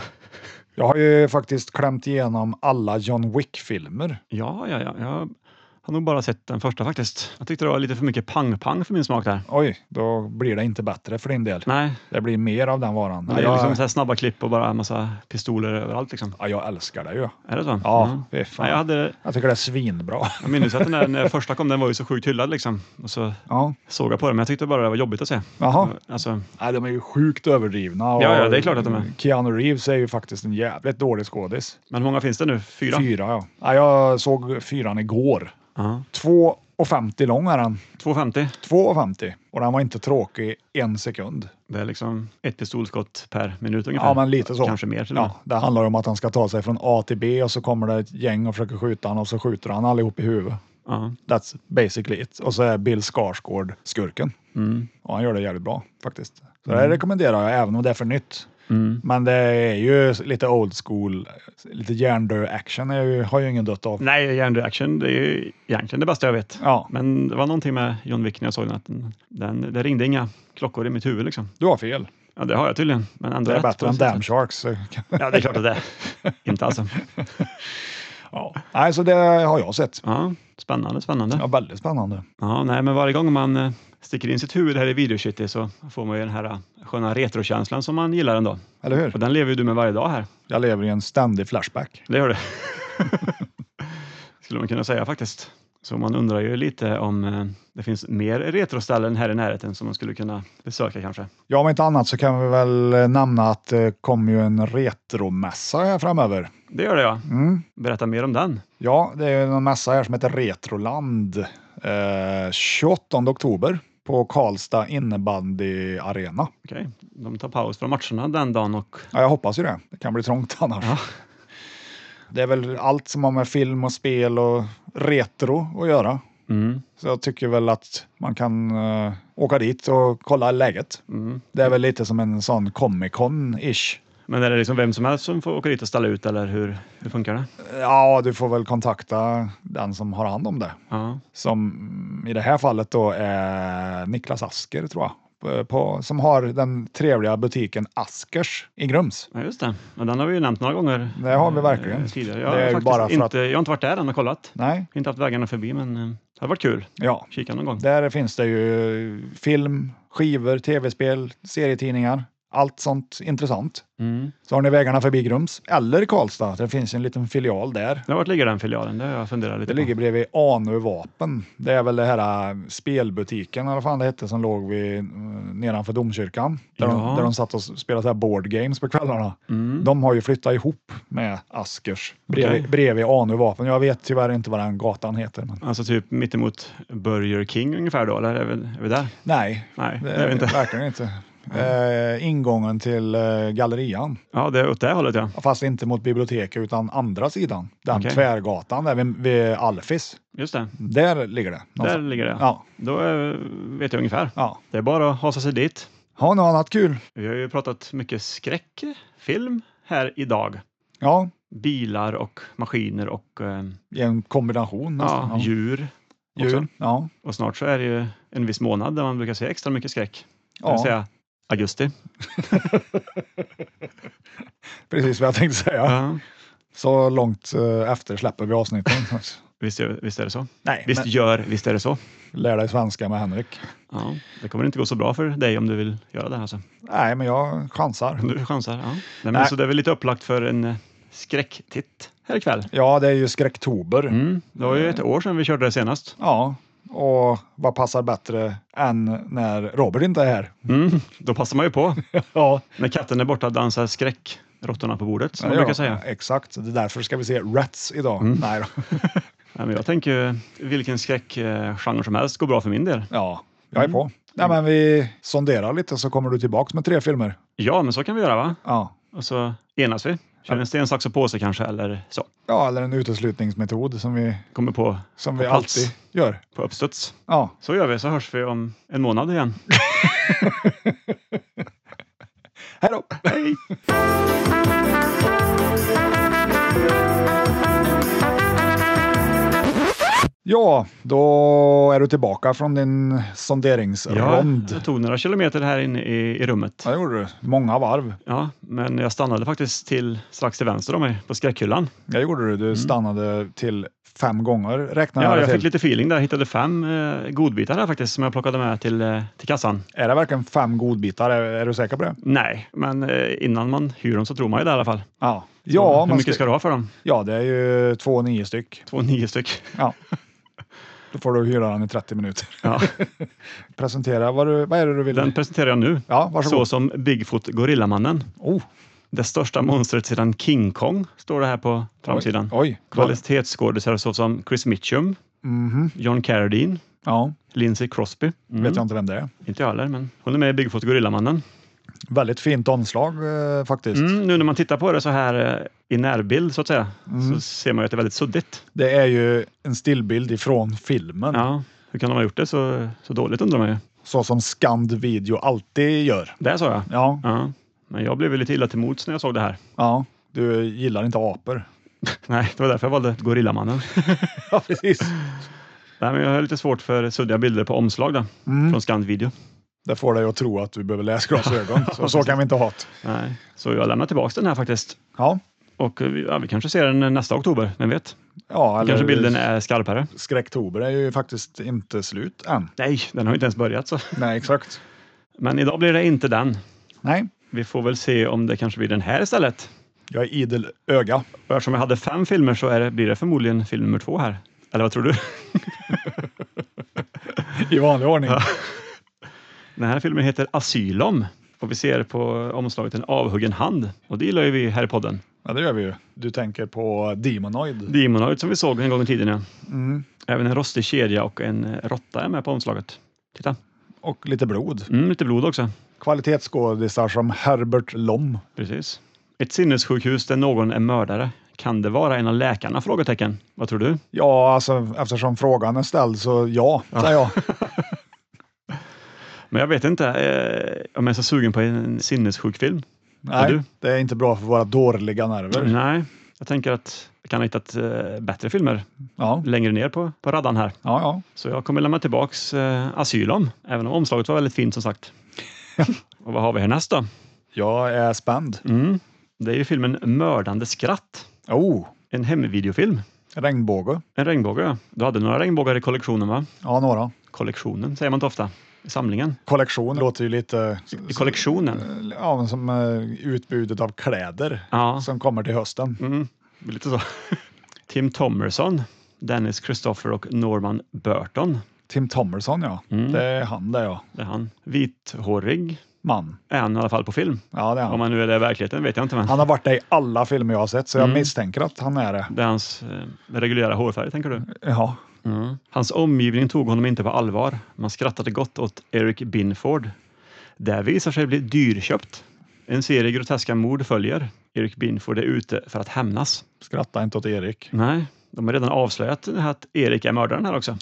Jag har ju faktiskt klämt igenom alla John Wick-filmer. ja, ja, ja. Jag har nog bara sett den första faktiskt. Jag tyckte det var lite för mycket pang-pang för min smak där. Oj, då blir det inte bättre för din del. Nej, Det blir mer av den varan. det är jag, liksom så här snabba klipp och bara en massa pistoler överallt liksom. ja, jag älskar det ju. Är det så? Ja, Mm. fy fan. Nej, jag, hade, Jag tycker det är svinbra. jag minns att den där, när första kom, den var ju så sjukt hyllad liksom. Och så Ja, såg jag på den, men jag tyckte bara det var jobbigt att se. Jaha. Alltså, Nej, de är ju sjukt överdrivna. och Ja, ja, det är klart att de är. Keanu Reeves är ju faktiskt en jävligt dålig skådis. men hur många finns det nu? Fyra? Fyra, ja. ja. Jag såg fyran igår. Ja. 2,50 lång är den. 2,50. 2,50. Och den var inte tråkig en sekund. Det är liksom ett pistolskott per minut ungefär. Ja, men lite så. Kanske mer till och med. Ja, det handlar om att han ska ta sig från A till B och så kommer det ett gäng och försöker skjuta honom och så skjuter han allihop i huvudet. Ja. That's basically it. Och så är Bill Skarsgård skurken. Mm. Och han gör det jävligt bra faktiskt. Så det rekommenderar jag även om det är för nytt. Mm. Men det är ju lite old school, lite hjärndö action är ju, har ju ingen dött av. Nej, Järndö Action, det är ju egentligen det bästa jag vet. Ja. Men det var någonting med John Wick när jag såg den, att den, den det ringde inga klockor i mitt huvud liksom. Du har fel. Ja, det har jag tydligen. Men ändå Det rätt är på bättre än sitt Damn sätt. Sharks. Ja, det är klart att det är. Inte alltså. Ja. Nej, så det har jag sett. Ja, spännande, spännande. Ja, Ja. väldigt spännande. nej, men varje gång man eh, sticker in sitt huvud här i videocity så får man ju den här eh, sköna retrokänslan som man gillar ändå. Eller hur? Och den lever ju du med varje dag här. Jag lever i en ständig flashback. Det gör det. Skulle man kunna säga faktiskt. Så man undrar ju lite om eh, det finns mer retroställen här i närheten som man skulle kunna besöka kanske. Ja, om inte annat så kan vi väl eh, nämna att det kommer ju en retromässa här framöver. Det gör det ja. Mm. Berätta mer om den. Ja, det är ju en mässa här som heter Retroland. Eh, 28 oktober på Karlstad innebandy arena. Okej, de tar paus från matcherna den dagen och Ja, jag hoppas ju det. Det kan bli trångt annars. Ja. Det är väl allt som har med film och spel och retro att göra. mm, Så jag tycker väl att man kan eh, åka dit och kolla läget. mm. Det är väl lite som en sån Comic Con-ish. Men är det liksom vem som helst som får åka dit och ställa ut eller hur, hur funkar det? Ja, du får väl kontakta den som har hand om det. Ja, Som i det här fallet då är Niklas Asker, tror jag. På, som har den trevliga butiken Askers i Grums. ja just det. Men den har vi ju nämnt några gånger. Det har vi eh, verkligen. Tidigare. Det är Jag, har bara bara för att- inte, jag har inte varit där än och kollat. Nej, Jag har inte haft vägarna förbi men eh, det hade varit kul. ja. Kika någon gång. Där finns det ju film, skivor, tv-spel, serietidningar. Allt sånt intressant. Mm. Så har ni vägarna förbi Grums eller Karlstad. Det finns en liten filial där. Ja, vart ligger den filialen? Det har jag funderat lite Det på. ligger bredvid Anu Vapen. Det är väl det här äh, spelbutiken eller vad fan det hette som låg vid, eh, nedanför domkyrkan. Där, Ja. de, där de satt och spelade så här board games på kvällarna. Mm. De har ju flyttat ihop med Askers bredvid, Okej. bredvid Anu Vapen. Jag vet tyvärr inte vad den gatan heter. Men... Alltså typ mittemot Burger King ungefär då, eller är vi, är vi där? Nej, Nej, det det är vi inte. verkligen inte. Eh, ingången till eh, gallerian, Ja, det är åt det hållet ja. fast inte mot biblioteket utan andra sidan. Den Okej. tvärgatan där vid, vid Alfis. Just det, Där ligger det. där någonstans. ligger det. Ja, Då eh, vet jag ungefär. ja. Det är bara att hasa sig dit. Har något annat kul? Vi har ju pratat mycket skräckfilm här idag. Ja, Bilar och maskiner och eh, i en kombination ja, nästan. djur. ja. Också. Ja. Och snart så är det ju en viss månad där man brukar se extra mycket skräck. Det vill Ja, säga augusti. precis vad jag tänkte säga. Ja. Så långt eh, efter släpper vi avsnitten. Visst, är- visst är det så? Nej, Visst gör, visst är det så? men lär dig svenska med Henrik. Ja. Det kommer inte gå så bra för dig om du vill göra det här alltså. sen. Nej, men jag chansar. Om du chansar. Ja. Nej, men Nej. Så det är väl lite upplagt för en eh, skräcktitt här ikväll. Ja, det är ju skräcktober. Mm. Det var ju ett år sedan vi körde det senast. Ja, och vad passar bättre än när Robert inte är här? Mm. Då passar man ju på. Ja, När katten är borta dansar skräck råttorna på bordet, som man ja, brukar säga. Mm. Exakt, det är därför ska vi se Rats idag. Nej då. Nej, men jag tänker ju, vilken skräckgenre som helst går bra för min del. Ja, jag är på. Nej, Mm. men vi sonderar lite så kommer du tillbaka med tre filmer. Ja, men så kan vi göra va? Ja, Och så enas vi. Kör en sten, sax och påse kanske, eller så. ja eller en uteslutningsmetod som vi, Kommer på som På vi plats. alltid gör. på uppstuds. Ja, Så gör vi, så hörs vi om en månad igen. hej då! Hej! Ja, då är du tillbaka från din Ja, sonderingsrond. Ja, jag tog några kilometer här inne i, i rummet. det gjorde du. Många varv. Ja, men jag stannade faktiskt till strax till vänster om mig på skräckhyllan. Det gjorde du. Du stannade till fem gånger räknade Mm. Ja, det jag till. fick lite feeling där. Jag hittade fem eh, godbitar här faktiskt som jag plockade med till, eh, till kassan. Är det verkligen fem godbitar? Är, är du säker på det? Nej, men eh, innan man hyr dem så tror man ju det i alla fall. Ja. Så Ja, Hur man mycket ska, ska du ha för dem? ja det är ju två och nio styck. Två nio styck. Ja. Då får du hyra den i 30 minuter. Ja, Presentera, vad, du, vad är det du vill? den presenterar jag nu. Ja, Så varsågod. som Bigfoot Gorillamannen. Oh, Det största monstret sedan King Kong, står det här på framsidan. oj. Kvalitetsskådisar såsom Chris Mitchum, Mhm. John Carradine, Ja, Lindsay Crosby. Mm. vet jag inte vem det är. Inte jag heller, men hon är med i Bigfoot Gorillamannen. Väldigt fint omslag eh, faktiskt. Mm, nu när man tittar på det så här eh, i närbild så att säga, så ser man ju att det är väldigt suddigt. Det är ju en stillbild ifrån filmen, Ja, hur kan de ha gjort det så, så dåligt undrar man ju. så som Scand Video alltid gör. Det sa jag. Ja, Ja. Men jag blev ju lite illa till mods när jag såg det här. ja. Du gillar inte apor. Nej, det var därför jag valde Gorillamannen. Ja, precis. Nej, men jag har lite svårt för suddiga bilder på omslag då, från Scand Video. Det får dig att tro att du behöver läsglasögon. Så, så kan vi inte ha det. Nej. Så jag lämnar tillbaka den här faktiskt. Ja, Och eh, vi- ja, vi kanske ser den nästa oktober, vem vet? ja eller Kanske bilden är skarpare. Skräcktober är ju faktiskt inte slut än. Nej, den har ju inte ens börjat. Så. Nej, exakt. Men idag blir det inte den. Nej, Vi får väl se om det kanske blir den här istället. jag är idel öga. Och eftersom jag hade fem filmer så är det, blir det förmodligen film nummer två här. Eller vad tror du? I vanlig ordning. Den här filmen heter Asylum och vi ser på omslaget en avhuggen hand och det gillar ju vi här i podden. Ja, det gör vi ju. Du tänker på Demonoid. Mm. Demonoid som vi såg en gång i tiden. Ja. Även en rostig kedja och en eh, råtta är med på omslaget. Titta, Och lite blod. mm, lite blod också. Kvalitetsskådisar som Herbert Lom. Precis. Ett sinnessjukhus där någon är mördare. Kan det vara en av läkarna? Frågetecken. Vad tror du? Ja, alltså eftersom frågan är ställd så ja, säger jag. Men jag vet inte eh, om jag är så sugen på en sinnessjuk film. Nej, du? Mm. det är inte bra för våra dåliga nerver. Nej, jag tänker att jag kan ha hittat eh, bättre filmer Ja, längre ner på, på raddan här. ja, ja. Så jag kommer lämna tillbaks eh, Asylum, även om omslaget var väldigt fint som sagt. Och vad har vi härnäst då? Jag är spänd. Mm. Det är ju filmen Mördande skratt. Oh, En hemvideofilm. regnbåge. En regnbåge, ja. Du hade några regnbågar i kollektionen, va? Ja, några. Kollektionen säger man inte ofta. I samlingen. Kollektion låter ju lite I kollektionen. ja, men som eh, utbudet av kläder Ja. som kommer till hösten. Mm, lite så. Tim Thomerson, Dennis Christopher och Norman Burton. Tim Thomerson, ja. Mm. Det är han där, ja. Det är han. Vithårig Man. är han i alla fall på film. Ja, det är Om han. han nu är det i verkligheten vet jag inte. Men Han har varit det i alla filmer jag har sett, så jag Mm. misstänker att han är det. Det är hans eh, reguljära hårfärg, tänker du? Ja. Hans omgivning tog honom inte på allvar. Man skrattade gott åt Eric Binford. Det visar sig bli dyrköpt. En serie groteska mord följer. Eric Binford är ute för att hämnas. Skratta inte åt Erik. Nej, de har redan avslöjat det här att Erik är mördaren här också.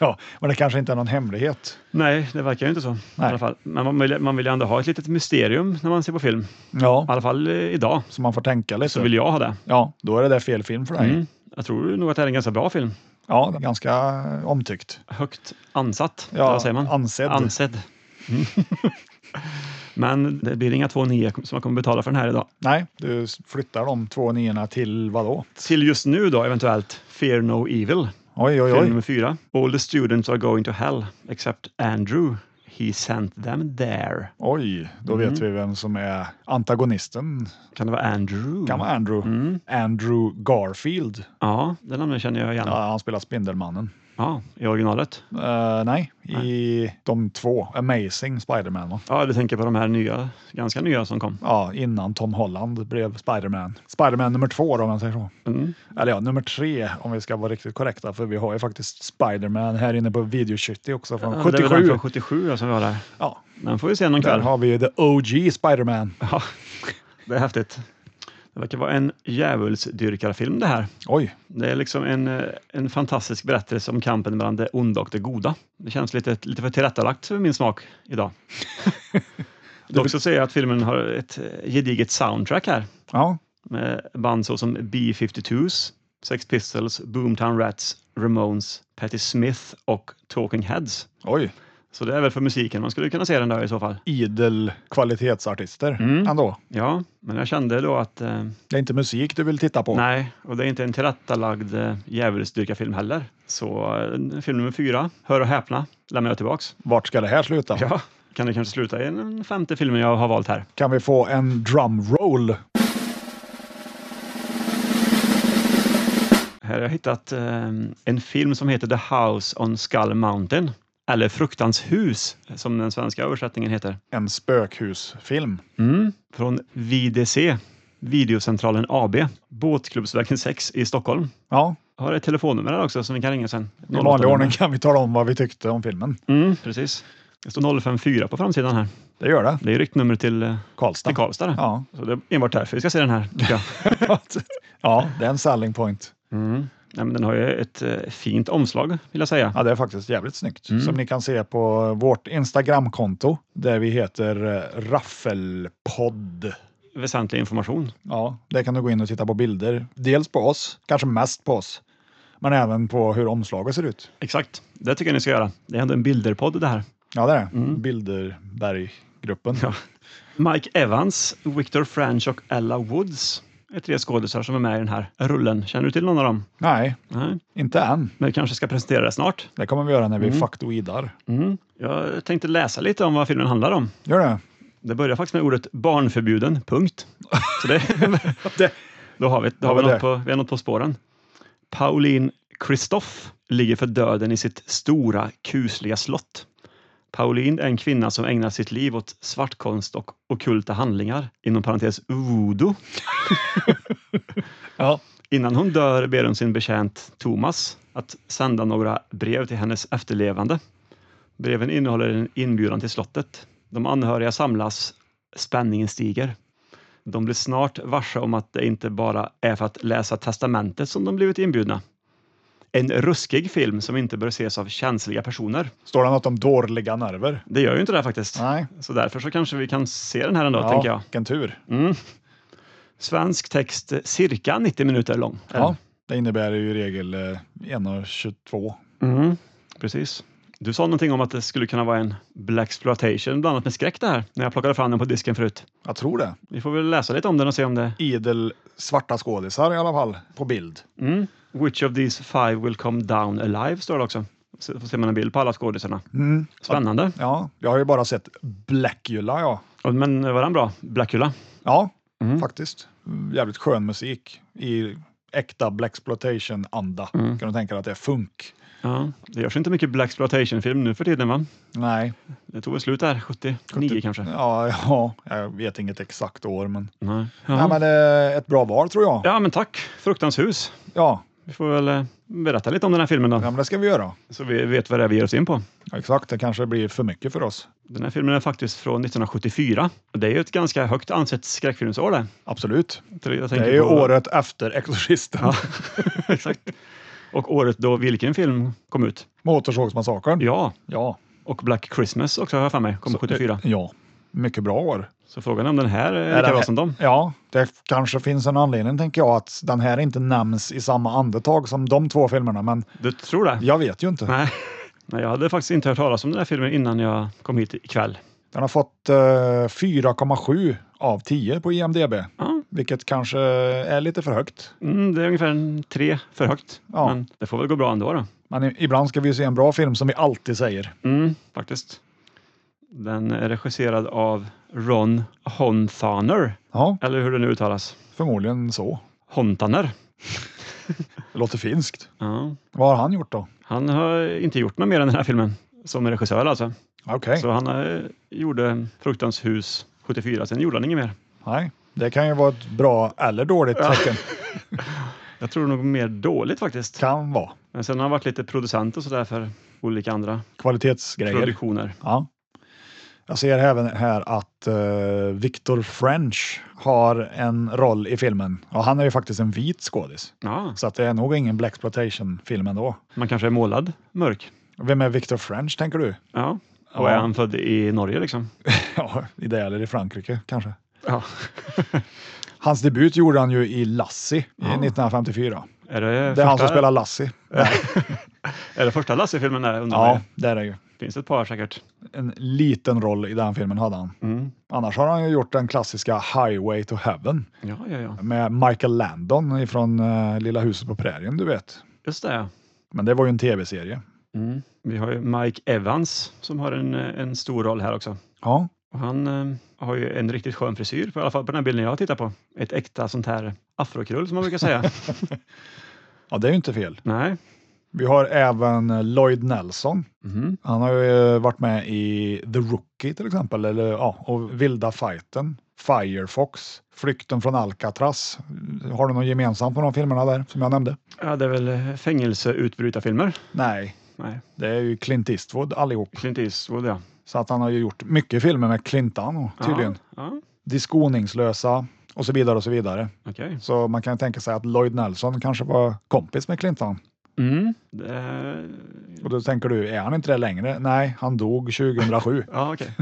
Ja, men det kanske inte är någon hemlighet. Nej, det verkar ju inte så. I Nej. alla fall. Men man vill, man vill ju ändå ha ett litet mysterium när man ser på film. I Ja, alla fall eh, idag så man får tänka lite. så vill jag ha det. Ja, då är det där fel film för dig. Mm. Jag tror nog att det är en ganska bra film. Ja, den är ganska omtyckt. Högt ansatt, Ja, eller vad säger man? ansedd. ansedd. Mm. Men det blir inga 2,9 som man kommer betala för den här idag. Nej, du flyttar de två niorna till vadå? Till just nu då eventuellt Fear No Evil, Oj, oj, film oj. nummer fyra. All the students are going to hell except Andrew. He sent them there. Oj, då Mm. vet vi vem som är antagonisten. Kan det vara Andrew? Kan vara Andrew. Mm. Andrew Garfield. Ja, det namnet känner jag igen. Ja, han spelar Spindelmannen. ja i originalet. Eh, nej, i de två. Amazing Spider-Man. va? Ja, du tänker på de här nya, ganska nya som kom. Ja, innan Tom Holland blev Spider-Man. Spider-Man nummer två då, om man säger så. Mm. Eller ja, nummer tre om vi ska vara riktigt korrekta, för vi har ju faktiskt Spider-Man här inne på Video City också från Ja, Det är väl 77. den från 77 ja, som vi har där. Ja, Den får vi se någon där kväll. har vi ju the OG Spider-Man. Ja, det är häftigt. Det verkar vara en djävulsdyrkarfilm det här. Oj, Det är liksom en, eh, en fantastisk berättelse om kampen mellan det onda och det goda. Det känns lite, lite för tillrättalagt för min smak idag. Dock så säger jag att filmen har ett eh, gediget soundtrack här ja, med band såsom B-52s, Sex Pistols, Boomtown Rats, Ramones, Patti Smith och Talking Heads. oj. Så det är väl för musiken man skulle kunna se den där i så fall. Idel kvalitetsartister Mm. ändå. Ja, men jag kände då att eh, Det är inte musik du vill titta på. nej, och det är inte en tillrättalagd eh, djävulsdyrkarfilm heller. Så eh, film nummer fyra, Hör och häpna, lämnar jag tillbaks. Vart ska det här sluta? Ja, kan det kanske sluta i den femte filmen jag har valt här. Kan vi få en drumroll? Här har jag hittat eh, en film som heter The House on Skull Mountain, eller Fruktans hus, som den svenska översättningen heter. En spökhusfilm. Mm, från VDC, Videocentralen AB, Båtklubbsvägen 6 i Stockholm. Ja, Har ett telefonnummer här också som vi kan ringa sen. i vanlig ordning kan vi tala om vad vi tyckte om filmen. Mm, precis. Det står 054 på framsidan här. Det gör det. Det är riktnummer till, eh, Karlstad. till Karlstad. det. Ja. Så det är enbart därför vi ska se den här. tycker jag. ja, det är en selling point. Mm. Nej, men den har ju ett eh, fint omslag vill jag säga. Ja, det är faktiskt jävligt snyggt. Mm. Som ni kan se på vårt Instagramkonto där vi heter eh, Raffelpodd. Väsentlig information. Ja, där kan du gå in och titta på bilder. Dels på oss, kanske mest på oss, men även på hur omslaget ser ut. Exakt, det tycker jag ni ska göra. Det är ändå en bilderpodd det här. Ja, det är det. Bilderberggruppen. Mm. Ja. Mike Evans, Victor French och Ella Woods är tre skådisar som är med i den här rullen. Känner du till någon av dem? Nej, Nej, inte än. men vi kanske ska presentera det snart. Det kommer vi göra när vi faktoidar. Mm. Jag tänkte läsa lite om vad filmen handlar om. Gör det? Det börjar faktiskt med ordet barnförbjuden, punkt. Så det, Det- då har vi, då har vi, Ja, men något det- på, vi har något på spåren. Pauline Christophe ligger för döden i sitt stora kusliga slott. Pauline är en kvinna som ägnar sitt liv åt svartkonst och ockulta handlingar, inom parentes voodoo. Ja. Innan hon dör ber hon sin betjänt Thomas att sända några brev till hennes efterlevande. Breven innehåller en inbjudan till slottet. De anhöriga samlas, spänningen stiger. De blir snart varse om att det inte bara är för att läsa testamentet som de blivit inbjudna. En ruskig film som inte bör ses av känsliga personer. Står det något om dåliga nerver? Det gör ju inte det här faktiskt. Nej. Så därför så kanske vi kan se den här ändå, Ja, tänker jag. vilken tur. Svensk text eh, cirka 90 minuter lång. Ja, det innebär ju i regel eh, 1,22. Mm, precis. Du sa någonting om att det skulle kunna vara en Black Exploitation, bland annat med skräck det här, när jag plockade fram den på disken förut. Jag tror det. Vi får väl läsa lite om den och se om det... Idel svarta skådisar i alla fall, på bild. Mm. Which of these five will come down alive, står det också. Så får se man en bild på alla skådisarna. Spännande. Ja, jag har ju bara sett Blackula, ja. Och- Men var den bra? Blackula? Ja, Mm. faktiskt. Jävligt skön musik i äkta Blaxploitation-anda. Mm. Kan du tänka dig att det är funk? Ja. Det görs inte mycket Black Exploitation-film nu för tiden, va? Nej. Det tog väl slut där, 79 kanske? Ja, ja, jag vet inget exakt år, men... Nej. Nej, Ja. men eh, ett bra val tror jag. ja, men tack. Fruktans hus. Ja, Vi får väl eh, berätta lite om den här filmen då, ja men det ska vi göra. så vi vet vad det är vi ger oss in på. Ja, Exakt, det kanske blir för mycket för oss. Den här filmen är faktiskt från 1974. Och Det är ju ett ganska högt ansett skräckfilmsår det. Absolut. Till- Jag Det tänker är ju på- året efter Exorcisten. Ja, exakt. Och året då vilken film kom ut? Motorsågsmassakern. Ja, Ja. och Black Christmas också har jag för mig, kom eh, 74. Ja. Mycket bra år. Så frågan är om den här är den lika bra här- som dem. Ja, det kanske finns en anledning tänker jag att den här inte nämns i samma andetag som de två filmerna, men Du tror det? jag vet ju inte. Nej. Nej, jag hade faktiskt inte hört talas om den här filmen innan jag kom hit ikväll. Den har fått eh, 4,7 av 10 på IMDB, Ja, vilket kanske är lite för högt. mm, det är ungefär en tre för högt. Ja. Men det får väl gå bra ändå då. Men i- ibland ska vi ju se en bra film som vi alltid säger. Mm, faktiskt. Den är regisserad av Ron Honthaner, Ja, eller hur det nu uttalas. förmodligen så. Hontaner. Det låter finskt. Ja. Vad har han gjort då? Han har inte gjort något mer än den här filmen som regissör alltså. Okej, Så han eh, gjorde Fruktans hus 74, sen gjorde han inget mer. nej. Det kan ju vara ett bra eller dåligt tecken. Jag tror nog mer dåligt faktiskt. Kan vara. Men sen har han varit lite producent och sådär för olika andra Kvalitetsgrejer. produktioner. Ja. Jag ser även här att eh, Victor French har en roll i filmen. Och han är ju faktiskt en vit skådis. Ja, Så att det är nog ingen Blaxploitation-film ändå. man kanske är målad mörk. Vem är Victor French tänker du? Ja. Ja. Och är han född i Norge liksom? Ja, i det eller i Frankrike kanske. Ja. Hans debut gjorde han ju i Lassie i 1954. Är det, Det är han som första- spelar Lassie. Är det första Lasse-filmen där? Undrar Ja, ja. det är det ju. Finns ett par säkert. En liten roll i den filmen hade han. Annars har han ju gjort den klassiska Highway to Heaven Ja, ja, ja. med Michael Landon ifrån eh, Lilla huset på prärien, du vet. Just det. ja. Men det var ju en tv-serie. Mm. Vi har ju Mike Evans som har en, eh, en stor roll här också. Ja, Och han eh, har ju en riktigt skön frisyr, på, i alla fall på den här bilden jag tittar på. Ett äkta sånt här afrokrull som man brukar säga. ja, det är ju inte fel. Nej. Vi har även eh, Lloyd Nelson. Mhm. Han har ju eh, varit med i The Rookie till exempel, eller, ja, och Vilda Fighten, Firefox, Flykten från Alcatraz. Har du något gemensamt på de filmerna där som jag nämnde? Ja, det är väl eh, fängelseutbrytarfilmer? Nej, Nej, det är ju Clint Eastwood allihop. Clint Eastwood ja. Så att han har ju gjort mycket filmer med Clintan tydligen. Ja, Diskoningslösa och så vidare och så vidare. ja okej. Så man kan tänka sig att Lloyd Nelson kanske var kompis med Clintan. Mm. Det är- Och då tänker du, är han inte det längre? Nej, han dog 2007. Ja, okej.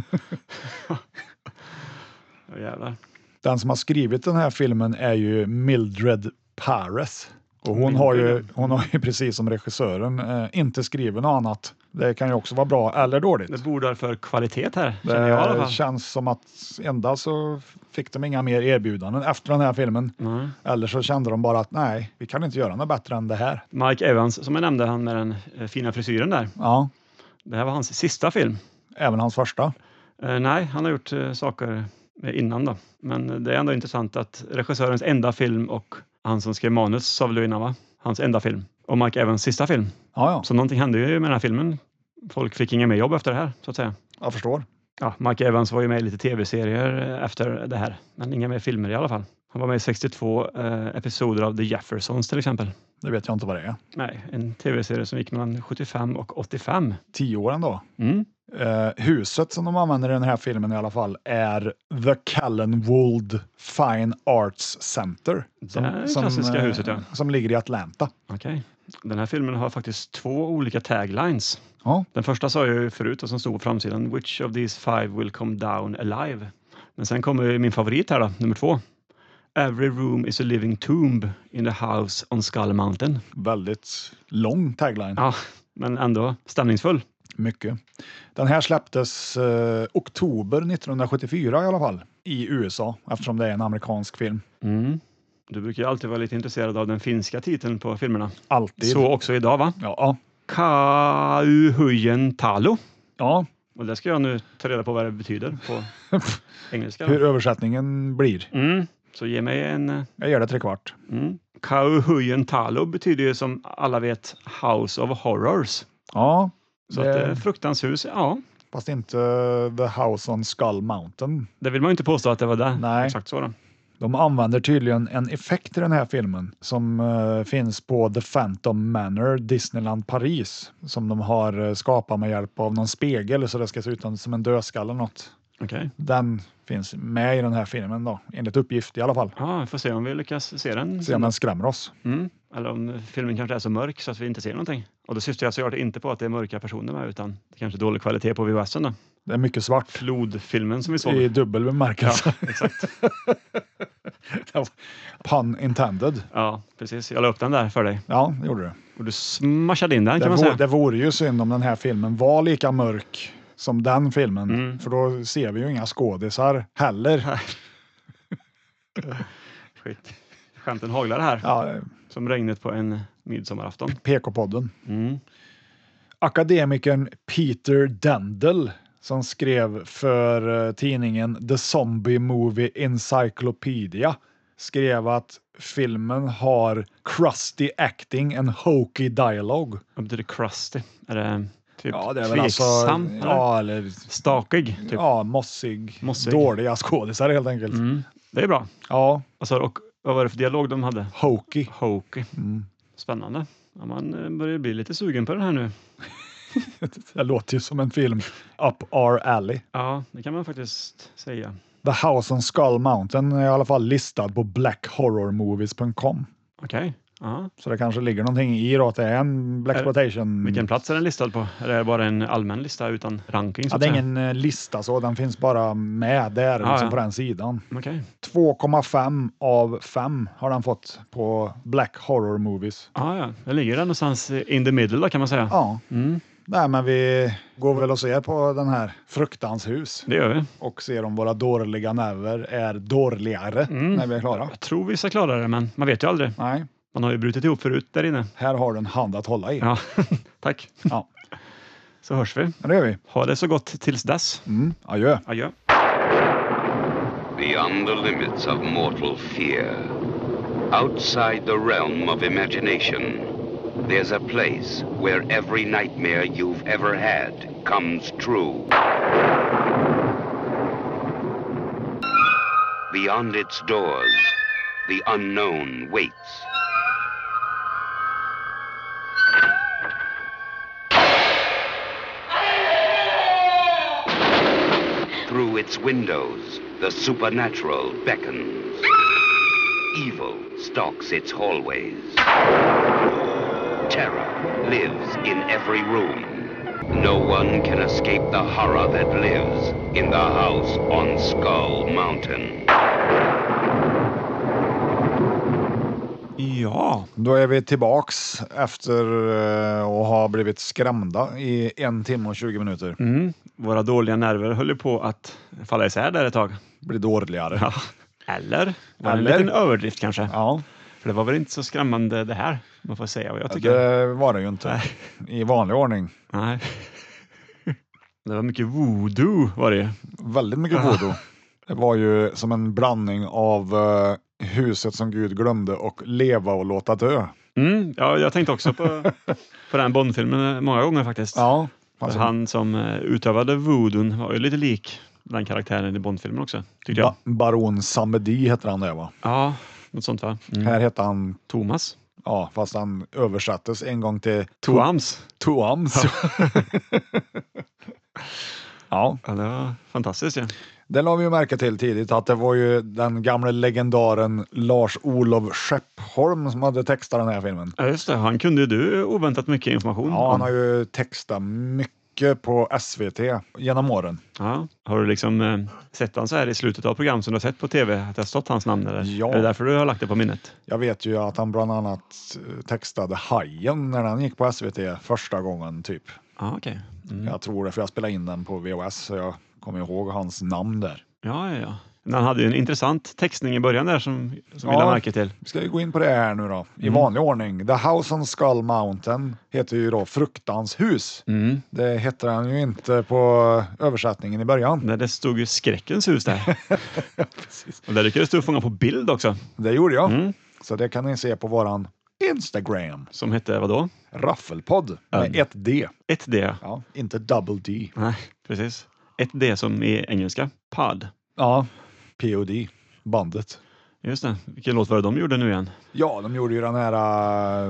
Ja, Jävlar. Den som har skrivit den här filmen är ju Mildred Paris. Och hon, har ju, hon har ju precis som regissören eh, inte skrivit något annat. Det kan ju också vara bra eller dåligt. Det bordar för kvalitet här, känner jag i alla Det fall. känns som att endast så fick de inga mer erbjudanden efter den här filmen. Nej. Eller så kände de bara att nej, vi kan inte göra något bättre än det här. Mike Evans, som jag nämnde, han med den eh, fina frisyren där. Ja, Det här var hans sista film. även hans första. Eh, nej, han har gjort eh, saker eh, innan då. Men det är ändå intressant att regissörens enda film och han som skrev manus sa väl du innan va? Hans enda film. Och Mike Evans sista film. Ja, ja, Så någonting hände ju med den här filmen. Folk fick inga mer jobb efter det här, så att säga. jag förstår. Ja, Mike Evans var ju med i lite tv-serier eh, efter det här, men inga mer filmer i alla fall. Han var med i 62 eh, episoder av The Jeffersons till exempel. Det vet jag inte vad det är. Nej, en tv-serie som gick mellan 75 och 85. Tio år ändå. Mm. Eh, huset som de använder i den här filmen i alla fall är The Callenwold Fine Arts Center. Som, här klassiska eh, huset, ja. Som ligger i Atlanta. Okej. Den här filmen har faktiskt två olika taglines. Ja, Den första sa jag ju förut och som stod på framsidan. Which of these five will come down alive? Men sen kommer ju min favorit här då, nummer två. Every room is a living tomb in the house on Skull Mountain. väldigt lång tagline. Ja, men ändå stämningsfull. Mycket. Den här släpptes eh, oktober 1974 i alla fall. I USA eftersom det är en amerikansk film. Mm. Du brukar ju alltid vara lite intresserad av den finska titeln på filmerna. Alltid. Så också idag va? Ja, ja. Kauhujen Talo. ja. Och det ska jag nu ta reda på vad det betyder på engelska. Hur då. översättningen blir. Mm. Så ge mig en... eh, Jag ger det trekvart. Mm. Kauhujen Talo betyder ju som alla vet House of Horrors. Ja, Så Det- att eh, fruktanshus, ja. fast inte The House on Skull Mountain. Det vill man ju inte påstå att det var där. Nej. Exakt så då. De använder tydligen en effekt i den här filmen som eh, finns på The Phantom Manor, Disneyland Paris, som de har eh, skapat med hjälp av någon spegel så det ska se ut som en dödskalle eller något. Okej. Den finns med i den här filmen då, enligt uppgift i alla fall. Ja, vi får se om vi lyckas se den. Se om den skrämmer oss. Mm. Eller om filmen kanske är så mörk så att vi inte ser någonting. Och då syftar jag såklart inte på att det är mörka personer med utan det kanske är dålig kvalitet på VHSen då. Det är mycket svart. Flodfilmen som vi såg. I dubbel bemärkelse. Exakt. Pun intended. Ja, precis. Jag la upp den där för dig Ja, det gjorde du. och du smashade in den Det kan man vore, säga. det vore ju synd om den här filmen var lika mörk som den filmen, Mm. för då ser vi ju inga skådisar heller. Skit. Skämten haglar här Ja, som regnet på en midsommarafton. PK-podden. Mm. Akademikern Peter Dendel som skrev för eh, tidningen The Zombie Movie Encyclopedia skrev att filmen har crusty acting and hokey dialogue. Vad betyder crusty? Är det typ Ja, det är väl alltså... tveksam? eller? Ja, eller, Stakig? Typ. ja mossig, Mossig. Dåliga skådisar helt enkelt. Mm. Det är bra. Ja, Alltså, och vad var det för dialog de hade? hokey. Hokey. Mm. Spännande. Ja, man eh, börjar bli lite sugen på den här nu. Det låter ju som en film. Up Our Alley. Ja, det kan man faktiskt säga. The House on Skull Mountain är i alla fall listad på blackhorrormovies.com. Okej. Ja. Så det kanske ligger någonting i då att det är en Black Är- Exploitation. Vilken plats är den listad på? Eller är det bara en allmän lista utan ranking? Så Ja, att det är säga? ingen eh, lista så, den finns bara med där Ah, liksom ja. på den sidan. Okej. 2,5 av 5 har den fått på Black Horror Movies. Ja, ja. Den ligger där någonstans in the middle då, kan man säga. Ja, Mm, nej men vi går väl och ser på den här Fruktans hus det gör vi. och ser om våra dåliga nerver är dårligare Mm. när vi är klara. Jag tror vissa klarar det, men man vet ju aldrig. Nej, Man har ju brutit ihop förut där inne. här har du en hand att hålla i. Ja, tack. Ja. Så hörs vi. Men det gör vi. Ha det så gott tills dess. Mm. Adjö. Adjö. Beyond the limits of mortal fear, outside the realm of imagination, there's a place where every nightmare you've ever had comes true. Beyond its doors, the unknown waits. Through its windows, the supernatural beckons. Evil stalks its hallways. Terror lives in every room. No one can escape the horror that lives in the house on Skull Mountain. Ja, Då är vi tillbaks efter eh, att ha blivit skrämda i en timme och 20 minuter. mm. våra dåliga nerver höll ju på att falla isär där ett tag. Blir dåligare. Ja. Eller? Var det en Eller? liten överdrift kanske? Ja, För det var väl inte så skrämmande det här, om man får säga vad jag tycker. det var det ju inte i vanlig ordning. Nej. Det var mycket voodoo var det ju. Väldigt mycket voodoo. Det var ju som en blandning av eh, huset som Gud glömde och leva och låta dö. Mm, ja, jag tänkte också på, på den Bond-filmen många gånger faktiskt. Ja, För alltså, han som eh, utövade voodoo var ju lite lik den karaktären i Bond-filmen också, tyckte jag. ba- Baron Samedi heter han där va? Ja, något sånt va? Mm. Här heter han, Thomas. ja fast han översattes en gång till Toams. Toams. ja, Ja, det var fantastiskt ju. det la vi ju märke till tidigt att det var ju den gamle legendaren Lars-Olov Skeppholm som hade textat den här filmen. Ja, just det. Han kunde ju du oväntat mycket information Ja, han om. har ju textat mycket på SVT genom åren. Ja. Har du liksom eh, sett han så här i slutet av program som du har sett på tv? Att det har stått hans namn? Eller? Ja. Är det därför du har lagt det på minnet? Jag vet ju att han bland annat eh, textade Hajen när han gick på SVT första gången typ. Ja, okej. Mm. Jag tror det, för jag spelade in den på VHS så jag kommer ihåg hans namn där. Ja, ja, ja. Men han hade ju en intressant textning i början där som, som vi Ja. lade märke till. Vi ska ju gå in på det här nu då, i vanlig ordning. The House on Skull Mountain heter ju då Fruktans hus. Det hette han ju inte på översättningen i början. Nej, det stod ju Skräckens hus där. Och där lyckades du fånga på bild också, Det gjorde jag. Mm. Så det kan ni se på våran Instagram, som hette vadå? Raffelpodd, med Mm. ett D. 1D. Ja, inte double D. Nej, precis. 1D som i engelska, pod. Ja, POD, bandet. Just det. Vilken låt var det de gjorde nu igen? Ja, de gjorde ju den här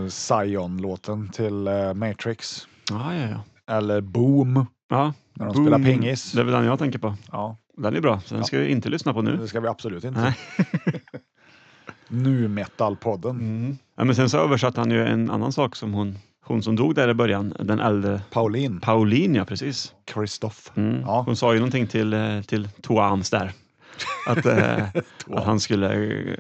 eh, Zion-låten till eh, Matrix, Ja, ja, ja. eller Boom, ja. när de Boom. spelar pingis. Det är väl den jag tänker på. Ja, Den är bra, så den ska vi inte lyssna på nu. det ska vi absolut inte. Mm. Nej. nu metalpodden. Ja, men sen så översatte han ju en annan sak som hon, hon som dog där i början, den äldre Pauline. Pauline, ja precis. Kristoff. Mm. Ja. Hon sa ju någonting till, eh, till Toams där. Att, eh, att han skulle eh,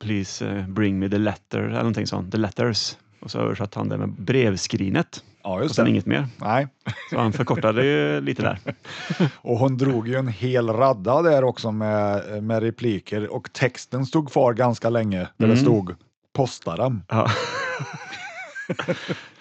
please eh, bring me the letter eller någonting sånt, the letters. Och så översatte han det med brevskrinet ja, och just sen det. inget mer. Nej. Så han förkortade ju lite där. Och hon drog ju en hel radda där också med, med repliker och texten stod kvar ganska länge där Mm. det stod posta dem. Ja.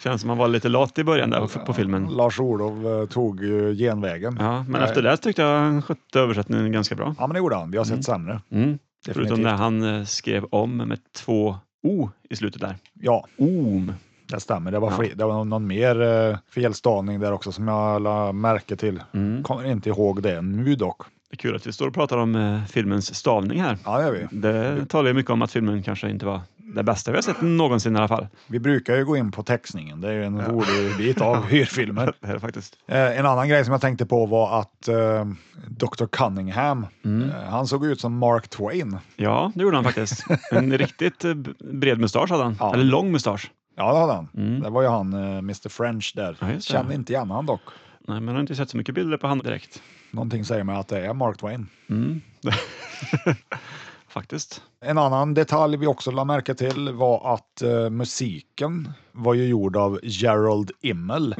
Känns som han var lite lat i början där på, på filmen. Lars-Olov eh, tog ju genvägen. Ja. Ja, men efter det tyckte jag han skötte översättningen ganska bra. men det gjorde han. Vi har sett sämre. Mm. Förutom Definitivt. när han eh, skrev om med två O i slutet där. Ja, Om. det stämmer. Det var, Ja. fler, det var någon mer eh, felstavning där också som jag la märke till. Mm. Kommer inte ihåg det nu dock. Det är kul att vi står och pratar om eh, filmens stavning här. Ja, det gör vi. Det talar ju mycket om att filmen kanske inte var det bästa vi har sett någonsin i alla fall. Vi brukar ju gå in på textningen. Det är ju en rolig bit av hyrfilmer. Det här är faktiskt. Eh, En annan grej som jag tänkte på var att eh, Dr Cunningham, Mm. eh, han såg ut som Mark Twain. Ja, det gjorde han faktiskt. En riktigt eh, b- bred mustasch hade han. Ja. Eller lång mustasch. Ja, det hade han. Det var ju han, eh, Mr French där. Mm. Ja, just det. Kände inte igen han dock. Nej, men jag har inte sett så mycket bilder på han direkt. Någonting säger mig att det är Mark Twain. faktiskt. En annan detalj vi också lade märke till var att eh, musiken var ju gjord av Gerald Immel.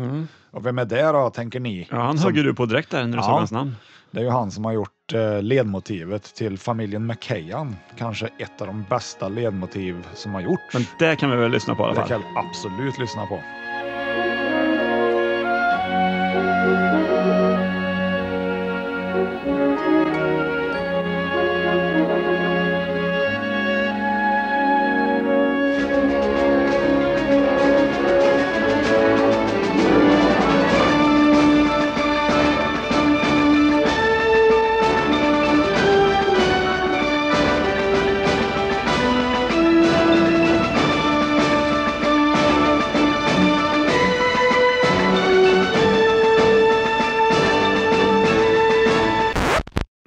Och vem är det då, tänker ni? Mm. Ja, han högg ju du på direkt där när du såg Ja. hans namn. Det är ju han som har gjort eh, ledmotivet till familjen McKayan. Kanske ett av de bästa ledmotiv som har gjorts. Men det kan vi väl lyssna på i alla det fall. kan vi absolut lyssna på.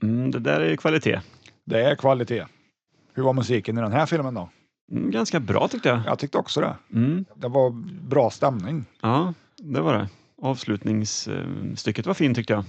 Mm, det där är ju kvalitet. Det är kvalitet. Hur var musiken i den här filmen då? Mm, ganska bra tyckte jag. Jag tyckte också det. Mm. Det var bra stämning. Ja, det var det. Avslutningsstycket var fint tyckte jag.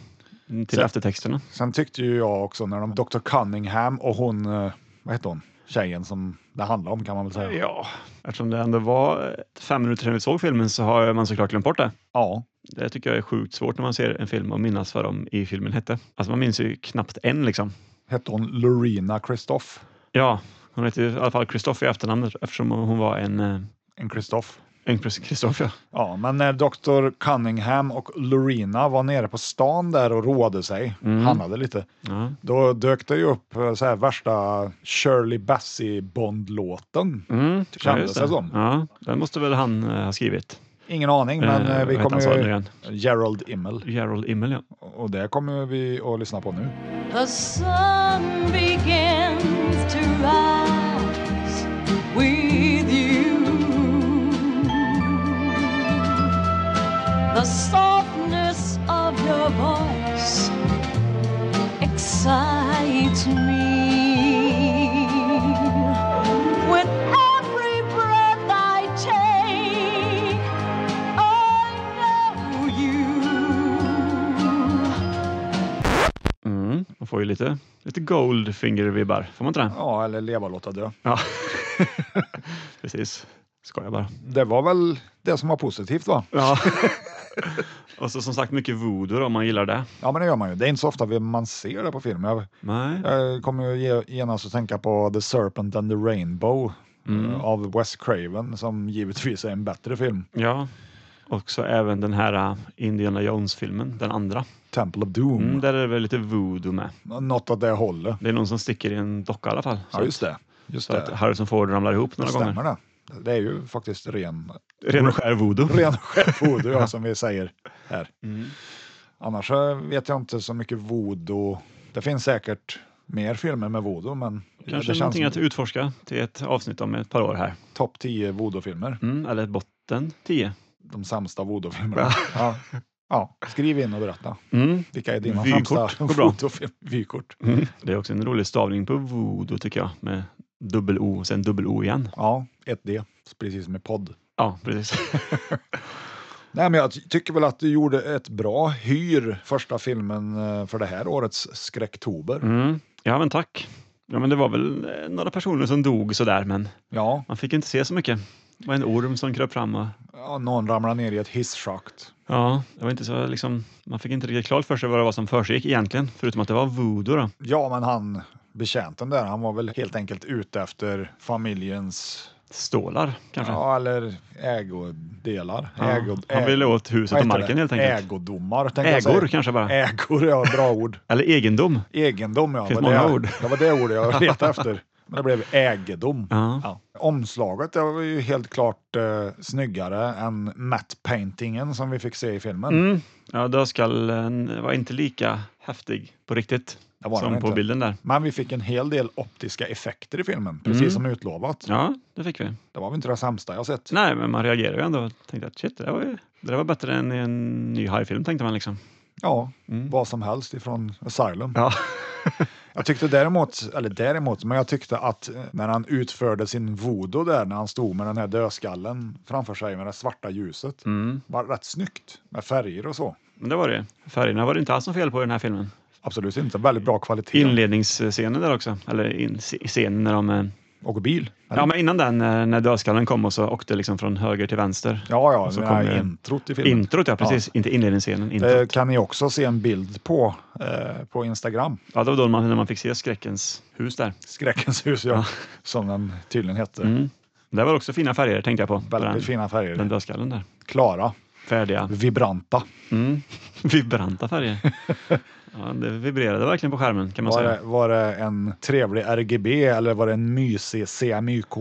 Mm, Till Så- eftertexterna. Sen tyckte ju jag också när de Dr Cunningham och hon, eh, vad hette hon, tjejen som det handlar om kan man väl säga. Ja, eftersom det ändå var eh, fem minuter sedan vi såg filmen så har man såklart glömt bort det. Ja, Det tycker jag är sjukt svårt när man ser en film och minnas vad de i filmen hette. Alltså man minns ju knappt en liksom. hette hon Lorena Kristoff? Ja, hon heter ju i alla fall Christopher i efternamn eftersom hon var en, eh, En Kristoff? Engpress Kristoffer. Ja, men när Dr. Cunningham och Lorena var nere på stan där och roade sig, handlade lite, Ja. då dök det ju upp eh, så här värsta Shirley Bassey-Bond-låten. Mm, Kändes just det som. Ja, den måste väl han eh, ha skrivit. Ingen aning, men Eh, eh, vi vad heter han kommer sa nu ju... igen? Gerald Immel. Gerald Immel, ja. Och det kommer vi att lyssna på nu. The sun begins to rise with you. The softness of your voice excites me. With every breath I take, I know you. Mm, man får ju lite, lite Goldfinger-vibbar, får man inte det? Ja, eller Leva låta dö. Ja. Precis. Skojar bara. Det var väl det som var positivt va? Ja. Och så som sagt mycket voodoo då, om man gillar det. Ja, men det gör man ju. Det är inte så ofta vi- man ser det på film. Jag, Nej. jag kommer ju ge- genast att tänka på The Serpent and the Rainbow Mm. eh, av Wes Craven som givetvis är en bättre film. Ja. Och så även den här eh, Indiana Jones-filmen, den andra. Temple of Doom. Mm, där är det väl lite voodoo med. Något åt det hållet. Det är någon som sticker i en docka i alla fall. Ja, just det. Just Så att det. Harrison Ford ramlar ihop några gånger. Stämmer det? Det är ju faktiskt ren, Ren och skär voodoo. ren och skär voodoo ja, som vi säger här. Mm. Annars eh, vet jag inte så mycket voodoo. Det finns säkert mer filmer med voodoo, men Kanske det känns någonting som att utforska till ett avsnitt om ett par år här. topp 10 voodoo-filmer. Mm, eller botten 10. de sämsta voodoo-filmerna. Ja. Ja. Skriv in och berätta. Mm. Vilka är dina Vykort sämsta går bra. voodoo-film- Vykort. Mm. Det är också en rolig stavning på voodoo tycker jag. Med dubbel O och sen dubbel O igen. Ja, 1D. Precis som i podd. Ja, precis. Nej, men jag ty- tycker väl att du gjorde ett bra hyr, första filmen eh, för det här årets skräcktober. Mm. Ja, men tack. Ja, men det var väl eh, några personer som dog sådär, men Ja, man fick inte se så mycket. Det var en orm som kröp fram och ja, någon ramlar ner i ett hisschakt. ja, det var inte så liksom, man fick inte riktigt klart för sig vad det var som försiggick egentligen, förutom att det var voodoo då. Ja, men han betjänten där, han var väl helt enkelt ute efter familjens, Stålar kanske. ja, eller ägodelar. Mm. Ja, Ägo, han ville åt huset och vad heter marken det? helt enkelt. Ägodomar, tänkte jag säga. Ägor kanske bara. Ägor, ja, bra ord. Eller egendom. Egendom, ja. Finns var många det, ord. Det var det ordet jag letade efter. Men det blev ägedom. Ja. Ja. Omslaget det var ju helt klart eh, snyggare än matte-paintingen som vi fick se i filmen. Mm. Ja, dödskallen var inte lika häftig på riktigt Det var den som på inte. bilden där. Men vi fick en hel del optiska effekter i filmen, precis Mm. som utlovat. Ja, det fick vi. Det var väl inte det sämsta jag sett. Nej, men man reagerade ju ändå och tänkte att shit, det där var, ju, det där var bättre än i en ny hajfilm tänkte man liksom. Ja, Mm. vad som helst ifrån Asylum. Ja. Jag tyckte däremot, eller däremot, men jag tyckte att eh, när han utförde sin voodoo där, när han stod med den här dödskallen framför sig med det svarta ljuset, Mm. var rätt snyggt med färger och så. Men det var det Färgerna var det inte alls något fel på i den här filmen. Absolut inte. Väldigt bra kvalitet. Inledningsscenen där också, eller in, scenen när de... eh, och bil. Ja, men innan den, eh, när dödskallen kom och så åkte liksom från höger till vänster. ja, ja, Och så så kom kom det- introt i filmen. Eh, Introt, ja precis. Inte inledningsscenen. Det Introt. kan ni också se en bild på eh, på Instagram. Ja, det var då man, när man fick se skräckens hus där. Skräckens hus, ja, som den tydligen hette. Mm. Det var också fina färger tänkte jag på. på Väldigt den, fina färger. den dödskallen där. Klara, Färdiga, vibranta. mm. vibranta färger. Ja, det vibrerade verkligen på skärmen kan man Var säga. det, var det en trevlig RGB eller var det en mysig CMYK?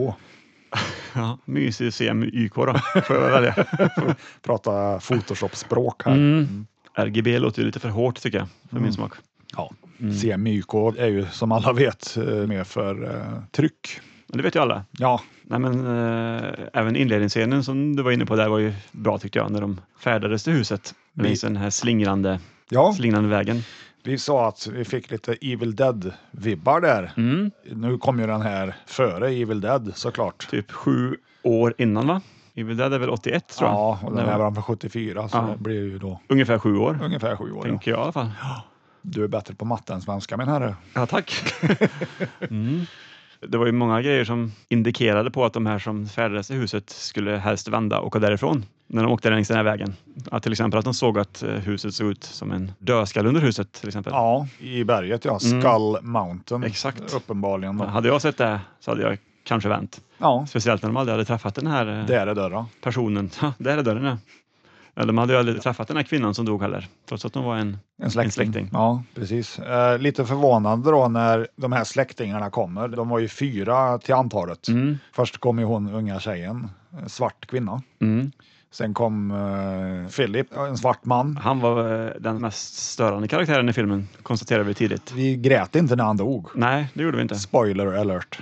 Ja, mysig CMYK då, får jag välja. Prata Photoshop-språk här. Mm. RGB låter ju lite för hårt tycker jag, för Mm. min smak. Ja. CMYK är ju som alla vet eh, mer för eh, tryck. Men det vet ju alla. Ja, Nej, men, eh, även inledningsscenen som du var inne på där var ju bra tyckte jag, när de färdades till huset. Längs den här slingrande, ja. slingrande vägen. Vi sa att vi fick lite Evil Dead-vibbar där. Mm. Nu kom ju den här före Evil Dead såklart. Typ sju år innan va? Evil Dead är väl 81 tror jag? Ja, och den Nej, här var den från 74 så Ja. det blir ju då Ungefär sju år, ungefär sju år. Ja. tänker jag i alla fall. Du är bättre på matte än svenska min herre. Ja, tack. Mm. Det var ju många grejer som indikerade på att de här som färdades i huset skulle helst vända och åka därifrån när de åkte längs den här vägen. Att till exempel att de såg att eh, huset såg ut som en dödskalle under huset till exempel. Ja, i berget ja. Skull Mountain. Mm. Exakt. Uppenbarligen. då. Hade jag sett det så hade jag kanske vänt. Ja, Speciellt när de aldrig hade träffat den här eh, det är det där då. personen. Ha, där är dörren ja. Eller de hade ju aldrig träffat den här kvinnan som dog heller, trots att hon var en... En släkting. En släkting. Ja, precis. Eh, lite förvånande då när de här släktingarna kommer. De var ju fyra till antalet. Först kom ju hon unga tjejen, en svart kvinna. Mm. Sen kom eh, Philip, en svart man. Han var eh, den mest störande karaktären i filmen, konstaterade vi tidigt. Vi grät inte när han dog. Nej, det gjorde vi inte. Spoiler alert.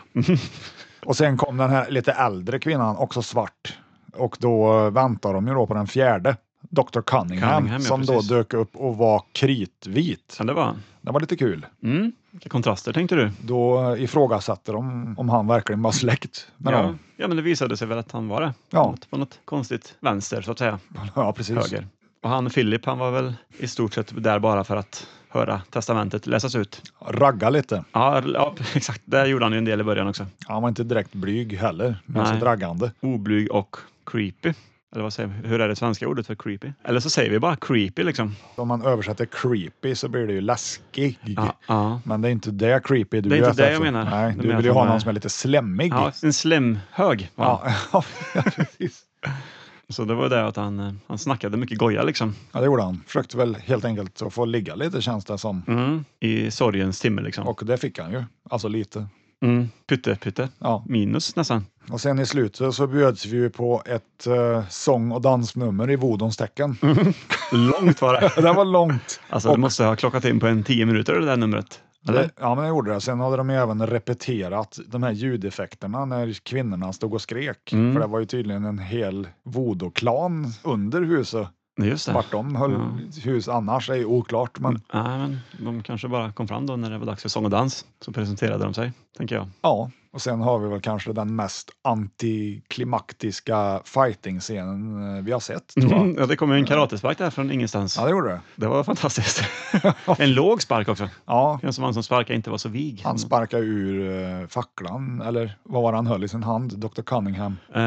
och sen kom den här lite äldre kvinnan, också svart. Och då väntar de ju då på den fjärde, Dr Cunningham, Cunningham, ja, som precis. då dök upp och var kritvit. Kan det vara? Det var lite kul. Mm. Vilka kontraster tänkte du? Då ifrågasatte de om han verkligen var släkt med Mm. Ja. dem. ja, men det visade sig väl att han var det. Ja. På något konstigt vänster, så att säga. Ja, precis. Höger. Och han Philip, han var väl i stort sett där bara för att höra testamentet läsas ut. Ragga lite. Ja, ja exakt. Det gjorde han ju en del i början också. Han var inte direkt blyg heller, men Nej. så draggande. Oblyg och creepy. Eller vad säger vi? Hur är det svenska ordet för creepy? Eller så säger vi bara creepy liksom. Om man översätter creepy så blir det ju läskig. Ja, ja. Men det är inte det creepy du Det är inte är ute det jag efter. menar. Nej, Jag du menar vill ju att ha han är- någon som är lite slemmig. ja en slemhög var han. Ja, ja, precis. Så det var det att han, eh, han snackade mycket goja liksom. Ja, det gjorde han. Försökte väl helt enkelt att få ligga lite känns det som. Mm. I sorgens timme liksom. Och det fick han ju. Alltså lite. Mm. Pytte, pytte. Ja. Minus nästan. Och sen i slutet så bjöds vi ju på ett eh, sång och dansnummer i Vodons tecken. Mm. Långt var det. Det var långt. Alltså Och- det måste ha klockat in på en tio minuter det där numret. Eller? Det, ja, men jag gjorde det. Sen hade de ju även repeterat de här ljudeffekterna när kvinnorna stod och skrek. För det var ju tydligen en hel vodoklan under huset. Nej, Just det. Vart de höll hus annars är ju oklart. Men Nej, men de kanske bara kom fram då när det var dags för sång och dans. Så presenterade de sig, tänker jag. ja, och sen har vi väl kanske den mest antiklimaktiska fighting-scenen eh, vi har sett. Tror jag. Ja, det kom ju en karatespark där från ingenstans. Ja, det gjorde det. Det var fantastiskt. en låg spark också. Ja, Känns som han som sparkade inte var så vig. han sparkade ur eh, facklan, eller vad var det han höll i sin hand? Dr Cunningham. Eh,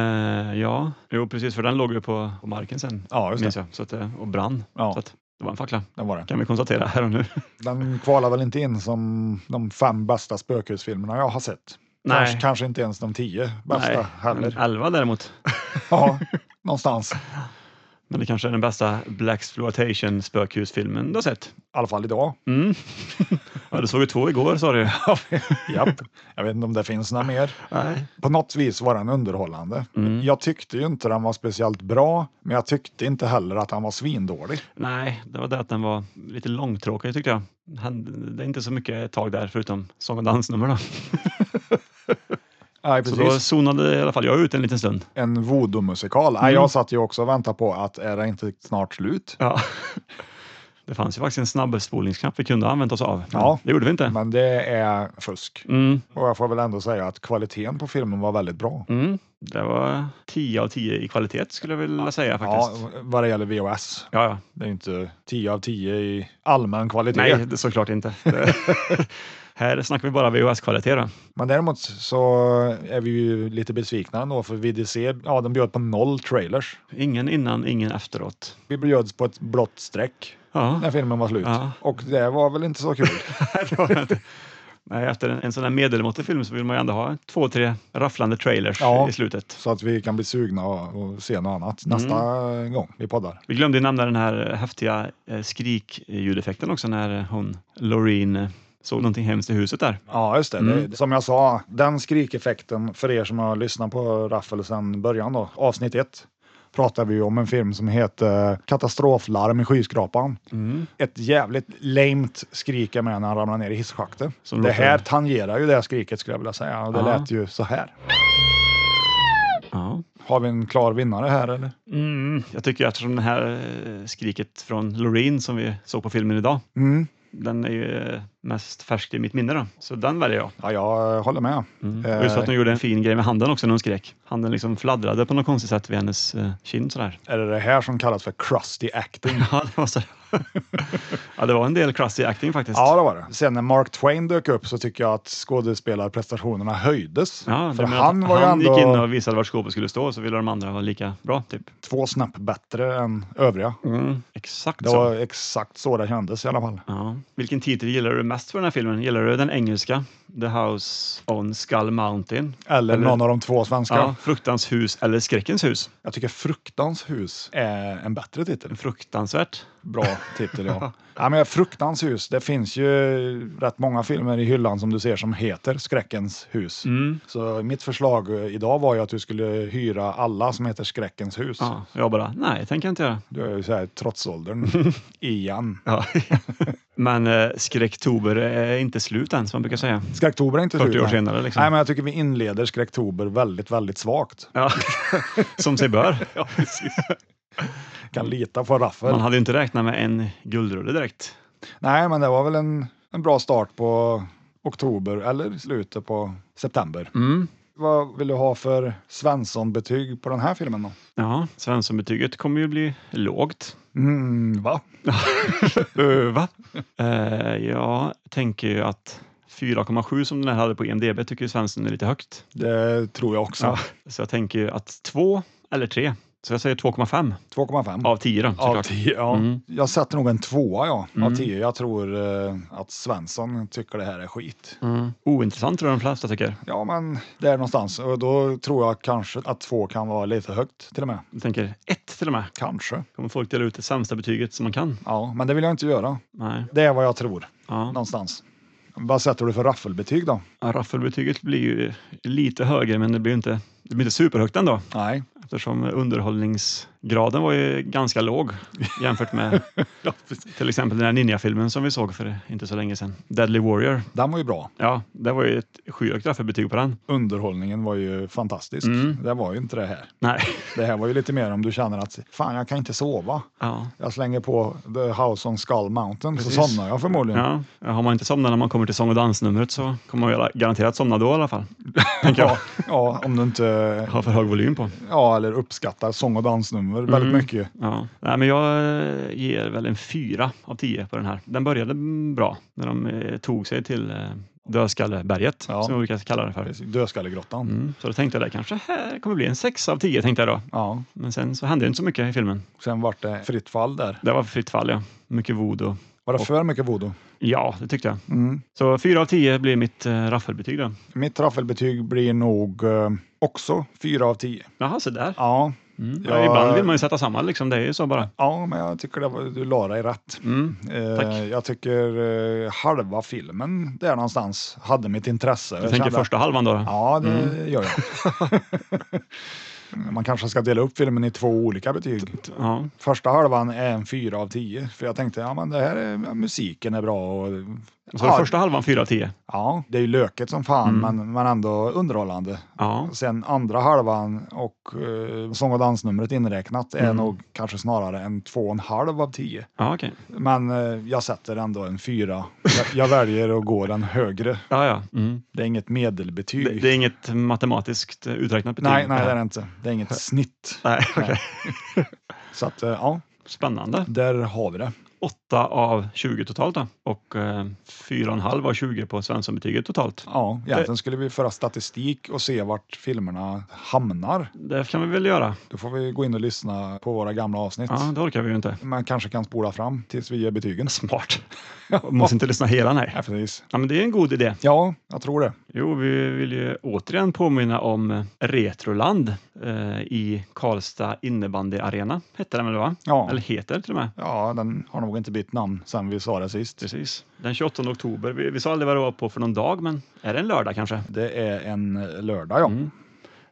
ja, jo precis, för den låg ju på, på marken sen. Ja, just det. minns jag. Så att, eh, och brann. Ja. Så att, det var en fackla, Det var det. kan vi konstatera här och nu. Den kvalar väl inte in som de fem bästa spökhusfilmerna jag har sett. Nej. Kanske, kanske inte ens de tio bästa men heller. elva däremot. Ja, någonstans. I Men det kanske är den bästa Black Exploitation spökhusfilmen du har sett. Mm. alla fall idag. Ja, du såg ju två igår sa du. Japp. Jag vet inte om det finns några mer. Nej. På något vis var den underhållande. Mm. Jag tyckte ju inte den var speciellt bra, men jag tyckte inte heller att han var svindålig. Nej, det var det att den var lite långtråkig tyckte jag. Han, det är inte så mycket tag där förutom sång och dansnummer då. Nej, Så då zonade i alla fall jag ut en liten stund. En voodoo-musikal. Mm. Nej, Jag satt ju också och väntade på att är det inte snart slut? Ja. Det fanns ju faktiskt en snabbspolningsknapp vi kunde ha använt oss av. men Ja. Det gjorde vi inte. Men det är fusk. Mm, Och jag får väl ändå säga att kvaliteten på filmen var väldigt bra. mm. Det var 10 av 10 i kvalitet skulle jag vilja säga faktiskt. Ja, vad det gäller VHS. Ja, ja. Det är inte 10 av 10 i allmän kvalitet. Nej, det såklart inte. Det, här snackar vi bara VHS-kvalitet då. Men däremot så är vi ju lite besvikna ändå för VDC, ja de bjöd på noll trailers. Ingen innan, ingen efteråt. Vi bjöds på ett blått streck Ja. när filmen var slut. Ja. Och det var väl inte så kul. Nej, det var det inte. Nej, efter en, en sån här medelmåttig film så vill man ju ändå ha två, tre rafflande trailers Ja. i slutet. så att vi kan bli sugna och, och se något annat nästa Mm. gång vi poddar. Vi glömde ju nämna den här häftiga eh, skrikljudeffekten också när hon, Loreen, eh, såg någonting hemskt i huset där. Ja, just det. Mm. det. Som jag sa, den skrikeffekten för er som har lyssnat på Raffel sedan början då, avsnitt ett, pratar vi ju om en film som heter Katastroflarm i skyskrapan. Mm. Ett jävligt lamt skrik jag med när han ramlar ner i hisschaktet. Som det låter- här tangerar ju det här skriket skulle jag vilja säga. Och det Ja. lät ju så här. Ja. Har vi en klar vinnare här eller? Mm. Jag tycker ju eftersom det här eh, skriket från Loreen som vi såg på filmen idag, Mm. den är ju eh, mest färsk i mitt minne då. Så den väljer jag. Ja, jag håller med. Mm. Och just att Eh, hon gjorde en fin grej med handen också när hon skrek. Handen liksom fladdrade på något konstigt sätt vid hennes eh, kind sådär. är det det här som kallas för crusty acting? Ja, det var så. ja, det var en del crusty acting faktiskt. Ja, det var det. Sen när Mark Twain dök upp så tycker jag att skådespelarprestationerna höjdes. Ja, För du menar att han var ju han ändå gick in och visade vart skåpet skulle stå så ville de andra vara lika bra. Typ. två snäpp bättre än övriga. Exakt Mm. Det så. var exakt så det kändes i alla fall. Ja. Vilken titel gillar du mest för den här filmen? Gillar du den engelska? The House on Skull Mountain? Eller, Eller- någon av de två svenska. Ja, Fruktans hus eller Skräckens hus? Jag tycker Fruktans hus är en bättre titel. Fruktansvärt. Bra titel, ja. ja men Fruktans hus, det finns ju rätt många filmer i hyllan som du ser som heter Skräckens hus. Mm. Så mitt förslag eh, idag var ju att du skulle hyra alla som heter Skräckens hus. Ja, jag bara, nej, det tänker jag inte göra. Du är ju så här trotsåldern igen. Ja. Men eh, Skräcktober är inte slut än, som man brukar säga. Skräcktober är inte 40 slut, år nej. senare, liksom. Nej, men jag tycker vi inleder Skräcktober väldigt, väldigt svagt. Ja. Som sig bör. Kan lita på Raffel. Man hade ju inte räknat med en guldrulle direkt. Nej, men det var väl en, en bra start på oktober eller slutet på september. Mm. Vad vill du ha för Svensson-betyg på den här filmen då? Ja, Svenssonbetyget kommer ju bli lågt. Mm, va? Eh, Va? Eh, jag tänker ju att 4,7 som den här hade på E IMDB tycker ju Svensson är lite högt. Det tror jag också. Ja. Så jag tänker ju att 2 eller 3. Så jag säger 2,5 2,5. av 10 då, Av såklart. Mm. 10, ja. Jag sätter nog en tvåa ja, av 10. Jag tror eh, att Svensson tycker det här är skit. Mm. Ointressant tror jag de flesta tycker. Ja, men det är någonstans. Och då tror jag kanske att två kan vara lite högt till och med. Jag tänker 1 till och med. Kanske. Kommer folk dela ut det sämsta betyget som man kan? Ja, men det vill jag inte göra. Nej. Det är vad jag tror Ja. någonstans. Vad sätter du för raffelbetyg då? Ja, Raffelbetyget blir ju lite högre, men det blir ju inte, det blir inte superhögt ändå. Nej, Eftersom underhållningsgraden var ju ganska låg jämfört med till exempel den här ninja-filmen som vi såg för inte så länge sedan. Deadly Warrior. den var ju bra. Ja, det var ju ett skyhögt raffelbetyg på den. Underhållningen var ju fantastisk. Mm. Det var ju inte det här. Nej. Det här var ju lite mer om du känner att fan, jag kan inte sova. Ja. Jag slänger på The House on Skull Mountain så Precis. somnar jag förmodligen. Ja, har man inte somnat när man kommer till sång och dansnumret så kommer man ju garanterat somna då i alla fall. Tänker jag. Ja, ja, om du inte Har för hög volym på. ja, eller uppskattar sång och dansnummer väldigt Mm. mycket. Ja. Nej, men jag eh, ger väl en fyra av tio på den här. Den började mm, bra när de eh, tog sig till eh, Dödskalleberget, Ja. som vi brukar kalla det för. Dödskallegrottan. Mm. Så då tänkte jag där kanske här kommer bli en sex av tio tänkte jag då. Ja, Men sen så hände det inte så mycket i filmen. sen vart det fritt fall där. Det var fritt fall, ja. Mycket voodoo. Var det för mycket voodoo? Ja, det tyckte jag. Mm. Så fyra av tio blir mitt eh, raffelbetyg då. Mitt raffelbetyg blir nog eh, också fyra av tio. Jaha, så där. Ja, Mm. Ja, Ja. Ibland vill man ju sätta samman liksom. Det är ju så bara. ja, men jag tycker det var, du la dig rätt. Mm. Eh, Tack. Jag tycker eh, halva filmen där någonstans hade mitt intresse. Jag tänker kände- första Mm. halvan då. då. Ja, det gör jag. Man kanske ska dela upp filmen i två olika betyg. Ja. Första halvan är en fyra av tio, för jag tänkte ja, men det här är, musiken är bra. Och, Och så ja, första Mm. halvan fyra av tio. ja, det är ju löket som fan, men, men ändå underhållande. Ja. Sen andra halvan och eh, sång och dansnumret inräknat är Mm. nog kanske snarare en två och en halv av tio. Ja, okej. Men eh, jag sätter ändå en fyra. Jag, jag väljer att gå den högre. Ja, ja. Mm. Det är inget medelbetyg. Det, det är inget matematiskt eh, uträknat betyg? nej, nej, det nej. är det inte. Det är inget snitt. nej okej. Så att, eh, ja, Spännande. där har vi det. 8 av 20 totalt då. Och eh, 4,5 av 20 på Svenssonbetyget totalt. Ja, egentligen skulle vi föra statistik och se vart filmerna hamnar. Det kan vi väl göra? Då får vi gå in och lyssna på våra gamla avsnitt. Ja, det orkar vi ju inte. Man kanske kan spola fram tills vi ger betygen. Smart. Måste inte lyssna hela, nej. Ja, precis. Ja, men det är en god idé. Ja, jag tror det. Jo, vi vill ju återigen påminna om eh, Retroland eh, i Karlstad innebandyarena. Hette den väl, va? Ja. Eller heter till och med. Ja, den har nog inte bytt namn sen vi sa det sist. Precis. Den 28 oktober. Vi, vi sa aldrig vad det var på för någon dag, men är det en lördag kanske? Det är en lördag, ja. Mm.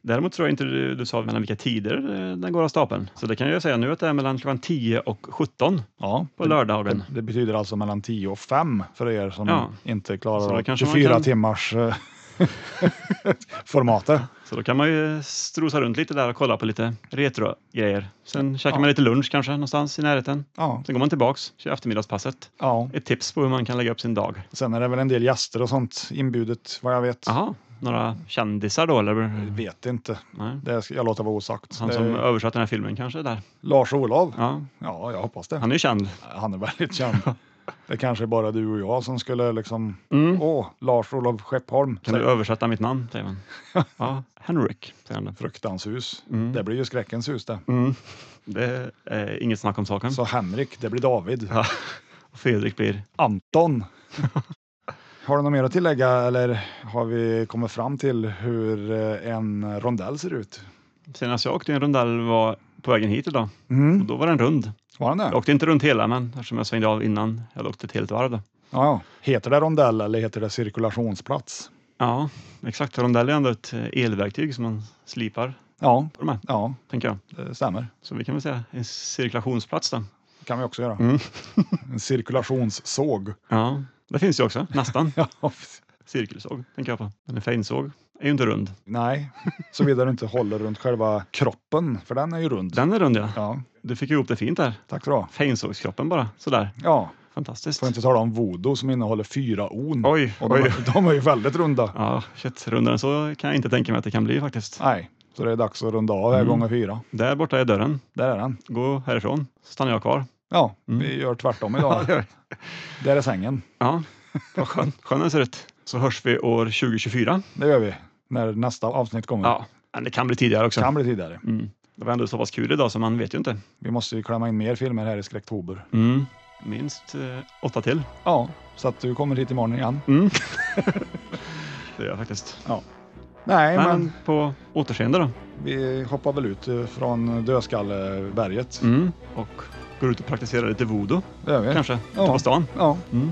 Däremot tror jag inte du, du sa mellan vilka tider eh, den går av stapeln. Så det kan jag säga nu att det är mellan klockan 10 och 17 ja. på lördagen. Det betyder alltså mellan 10 och 5 för er som Ja. inte Så då klarar av kanske man 24 kan- timmars eh, formatet. Så då kan man ju strosa runt lite där och kolla på lite retrogrejer. Sen käkar man lite lunch kanske någonstans i närheten. Ja, Sen går man tillbaks, kör eftermiddagspasset. ja. Ett tips på hur man kan lägga upp sin dag. Sen är det väl en del gäster och sånt inbudet vad jag vet. Jaha, några kändisar då eller? Vet inte. Nej. Det ska jag låter vara osagt. Han Det- som översatte den här filmen kanske är där. Lars Olov? Ja. Eh. Ja, jag hoppas det. han är ju känd. Han är väldigt känd. Det kanske är bara du och jag som skulle liksom... Åh, Lars-Olov Skeppholm. Mm. Kan du översätta mitt namn? säger man. Ja, Henrik, säger han. då. Fruktanshus. Det blir ju skräckens hus det. Det är inget snack om saken. Så Henrik, det blir David. Ja. Och Fredrik blir Anton. Har du något mer att tillägga eller har vi kommit fram till hur eh, en rondell ser ut? Senast jag åkte i en rondell var på vägen hit idag och Mm. då var den rund. Var den det? Jag åkte inte runt hela, men eftersom jag svängde av innan, jag åkte ett helt varv då. Ja, ja. Heter det rondell eller heter det cirkulationsplats? Ja, exakt. Rondell är ändå ett eh, elverktyg som man slipar Ja, på de här, ja, tänker jag. det stämmer. Så vi kan väl säga en cirkulationsplats då. kan vi också göra. En cirkulationssåg. Ja, det finns ju också, nästan. Ja, Cirkelsåg, tänker jag på. Men en feinsåg är ju inte rund. Nej, såvida du inte håller runt själva kroppen, för den är ju rund. Den är rund ja. Ja, Du fick ihop det fint där. tack så bra. Feinsågskroppen bara, sådär. Ja, Fantastiskt. får inte tala om voodoo som innehåller fyra on. Oj, Och de, oj. de är ju väldigt runda. Ja, shit. Rundare än så kan jag inte tänka mig att det kan bli faktiskt. Nej, så det är dags att runda av Mm. här gånger fyra. Där borta är dörren. Där är den. Gå härifrån, så stannar jag kvar. Ja, Mm. vi gör tvärtom idag. Där är sängen. Ja, vad skön, skön den ser ut. Så hörs vi år 2024. Det gör vi när nästa avsnitt kommer. Ja, men det kan bli tidigare också. Kan bli tidigare. Mm. Det var ändå så pass kul idag så man vet ju inte. Vi måste ju klämma in mer filmer här i Skräcktober. Mm. Minst eh, åtta till. Ja, så att du kommer hit imorgon igen. Mm. det gör jag faktiskt. Nej, Men, men, på återseende då. vi hoppar väl ut eh, från Dödskalleberget. Mm. Och går ut och praktiserar lite voodoo Det gör vi. kanske. Ja. Ute på stan. Ja, Mm.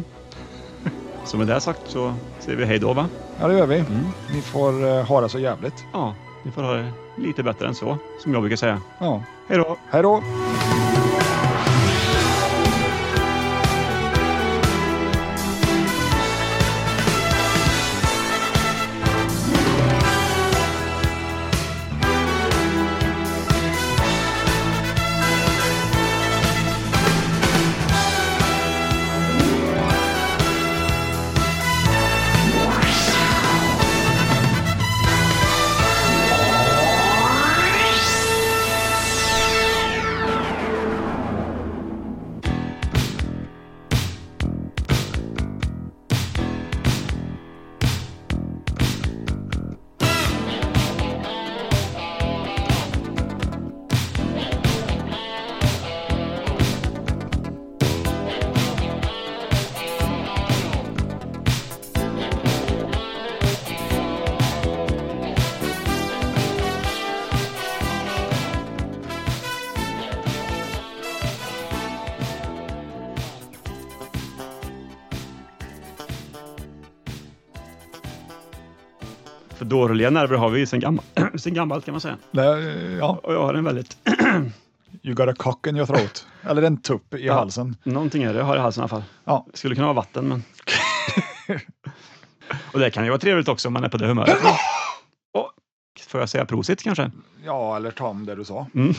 Så med det sagt så säger vi hej då va? ja, det gör vi. Mm. Ni får eh, ha det så jävligt. Ja, ni får ha det lite bättre än så, som jag brukar säga. Ja, Hej då! hej då! För dåliga nerver har vi ju sen, gammal, sen gammalt kan man säga. Nej, ja, Och jag har en väldigt... you got a cock in your throat. Eller en tupp i halsen. Någonting är det jag har i halsen i alla fall. Ja. Det skulle kunna vara vatten men... Och det kan ju vara trevligt också om man är på det humöret. Och, får jag säga prosit kanske? ja, eller ta om det du sa. Mm.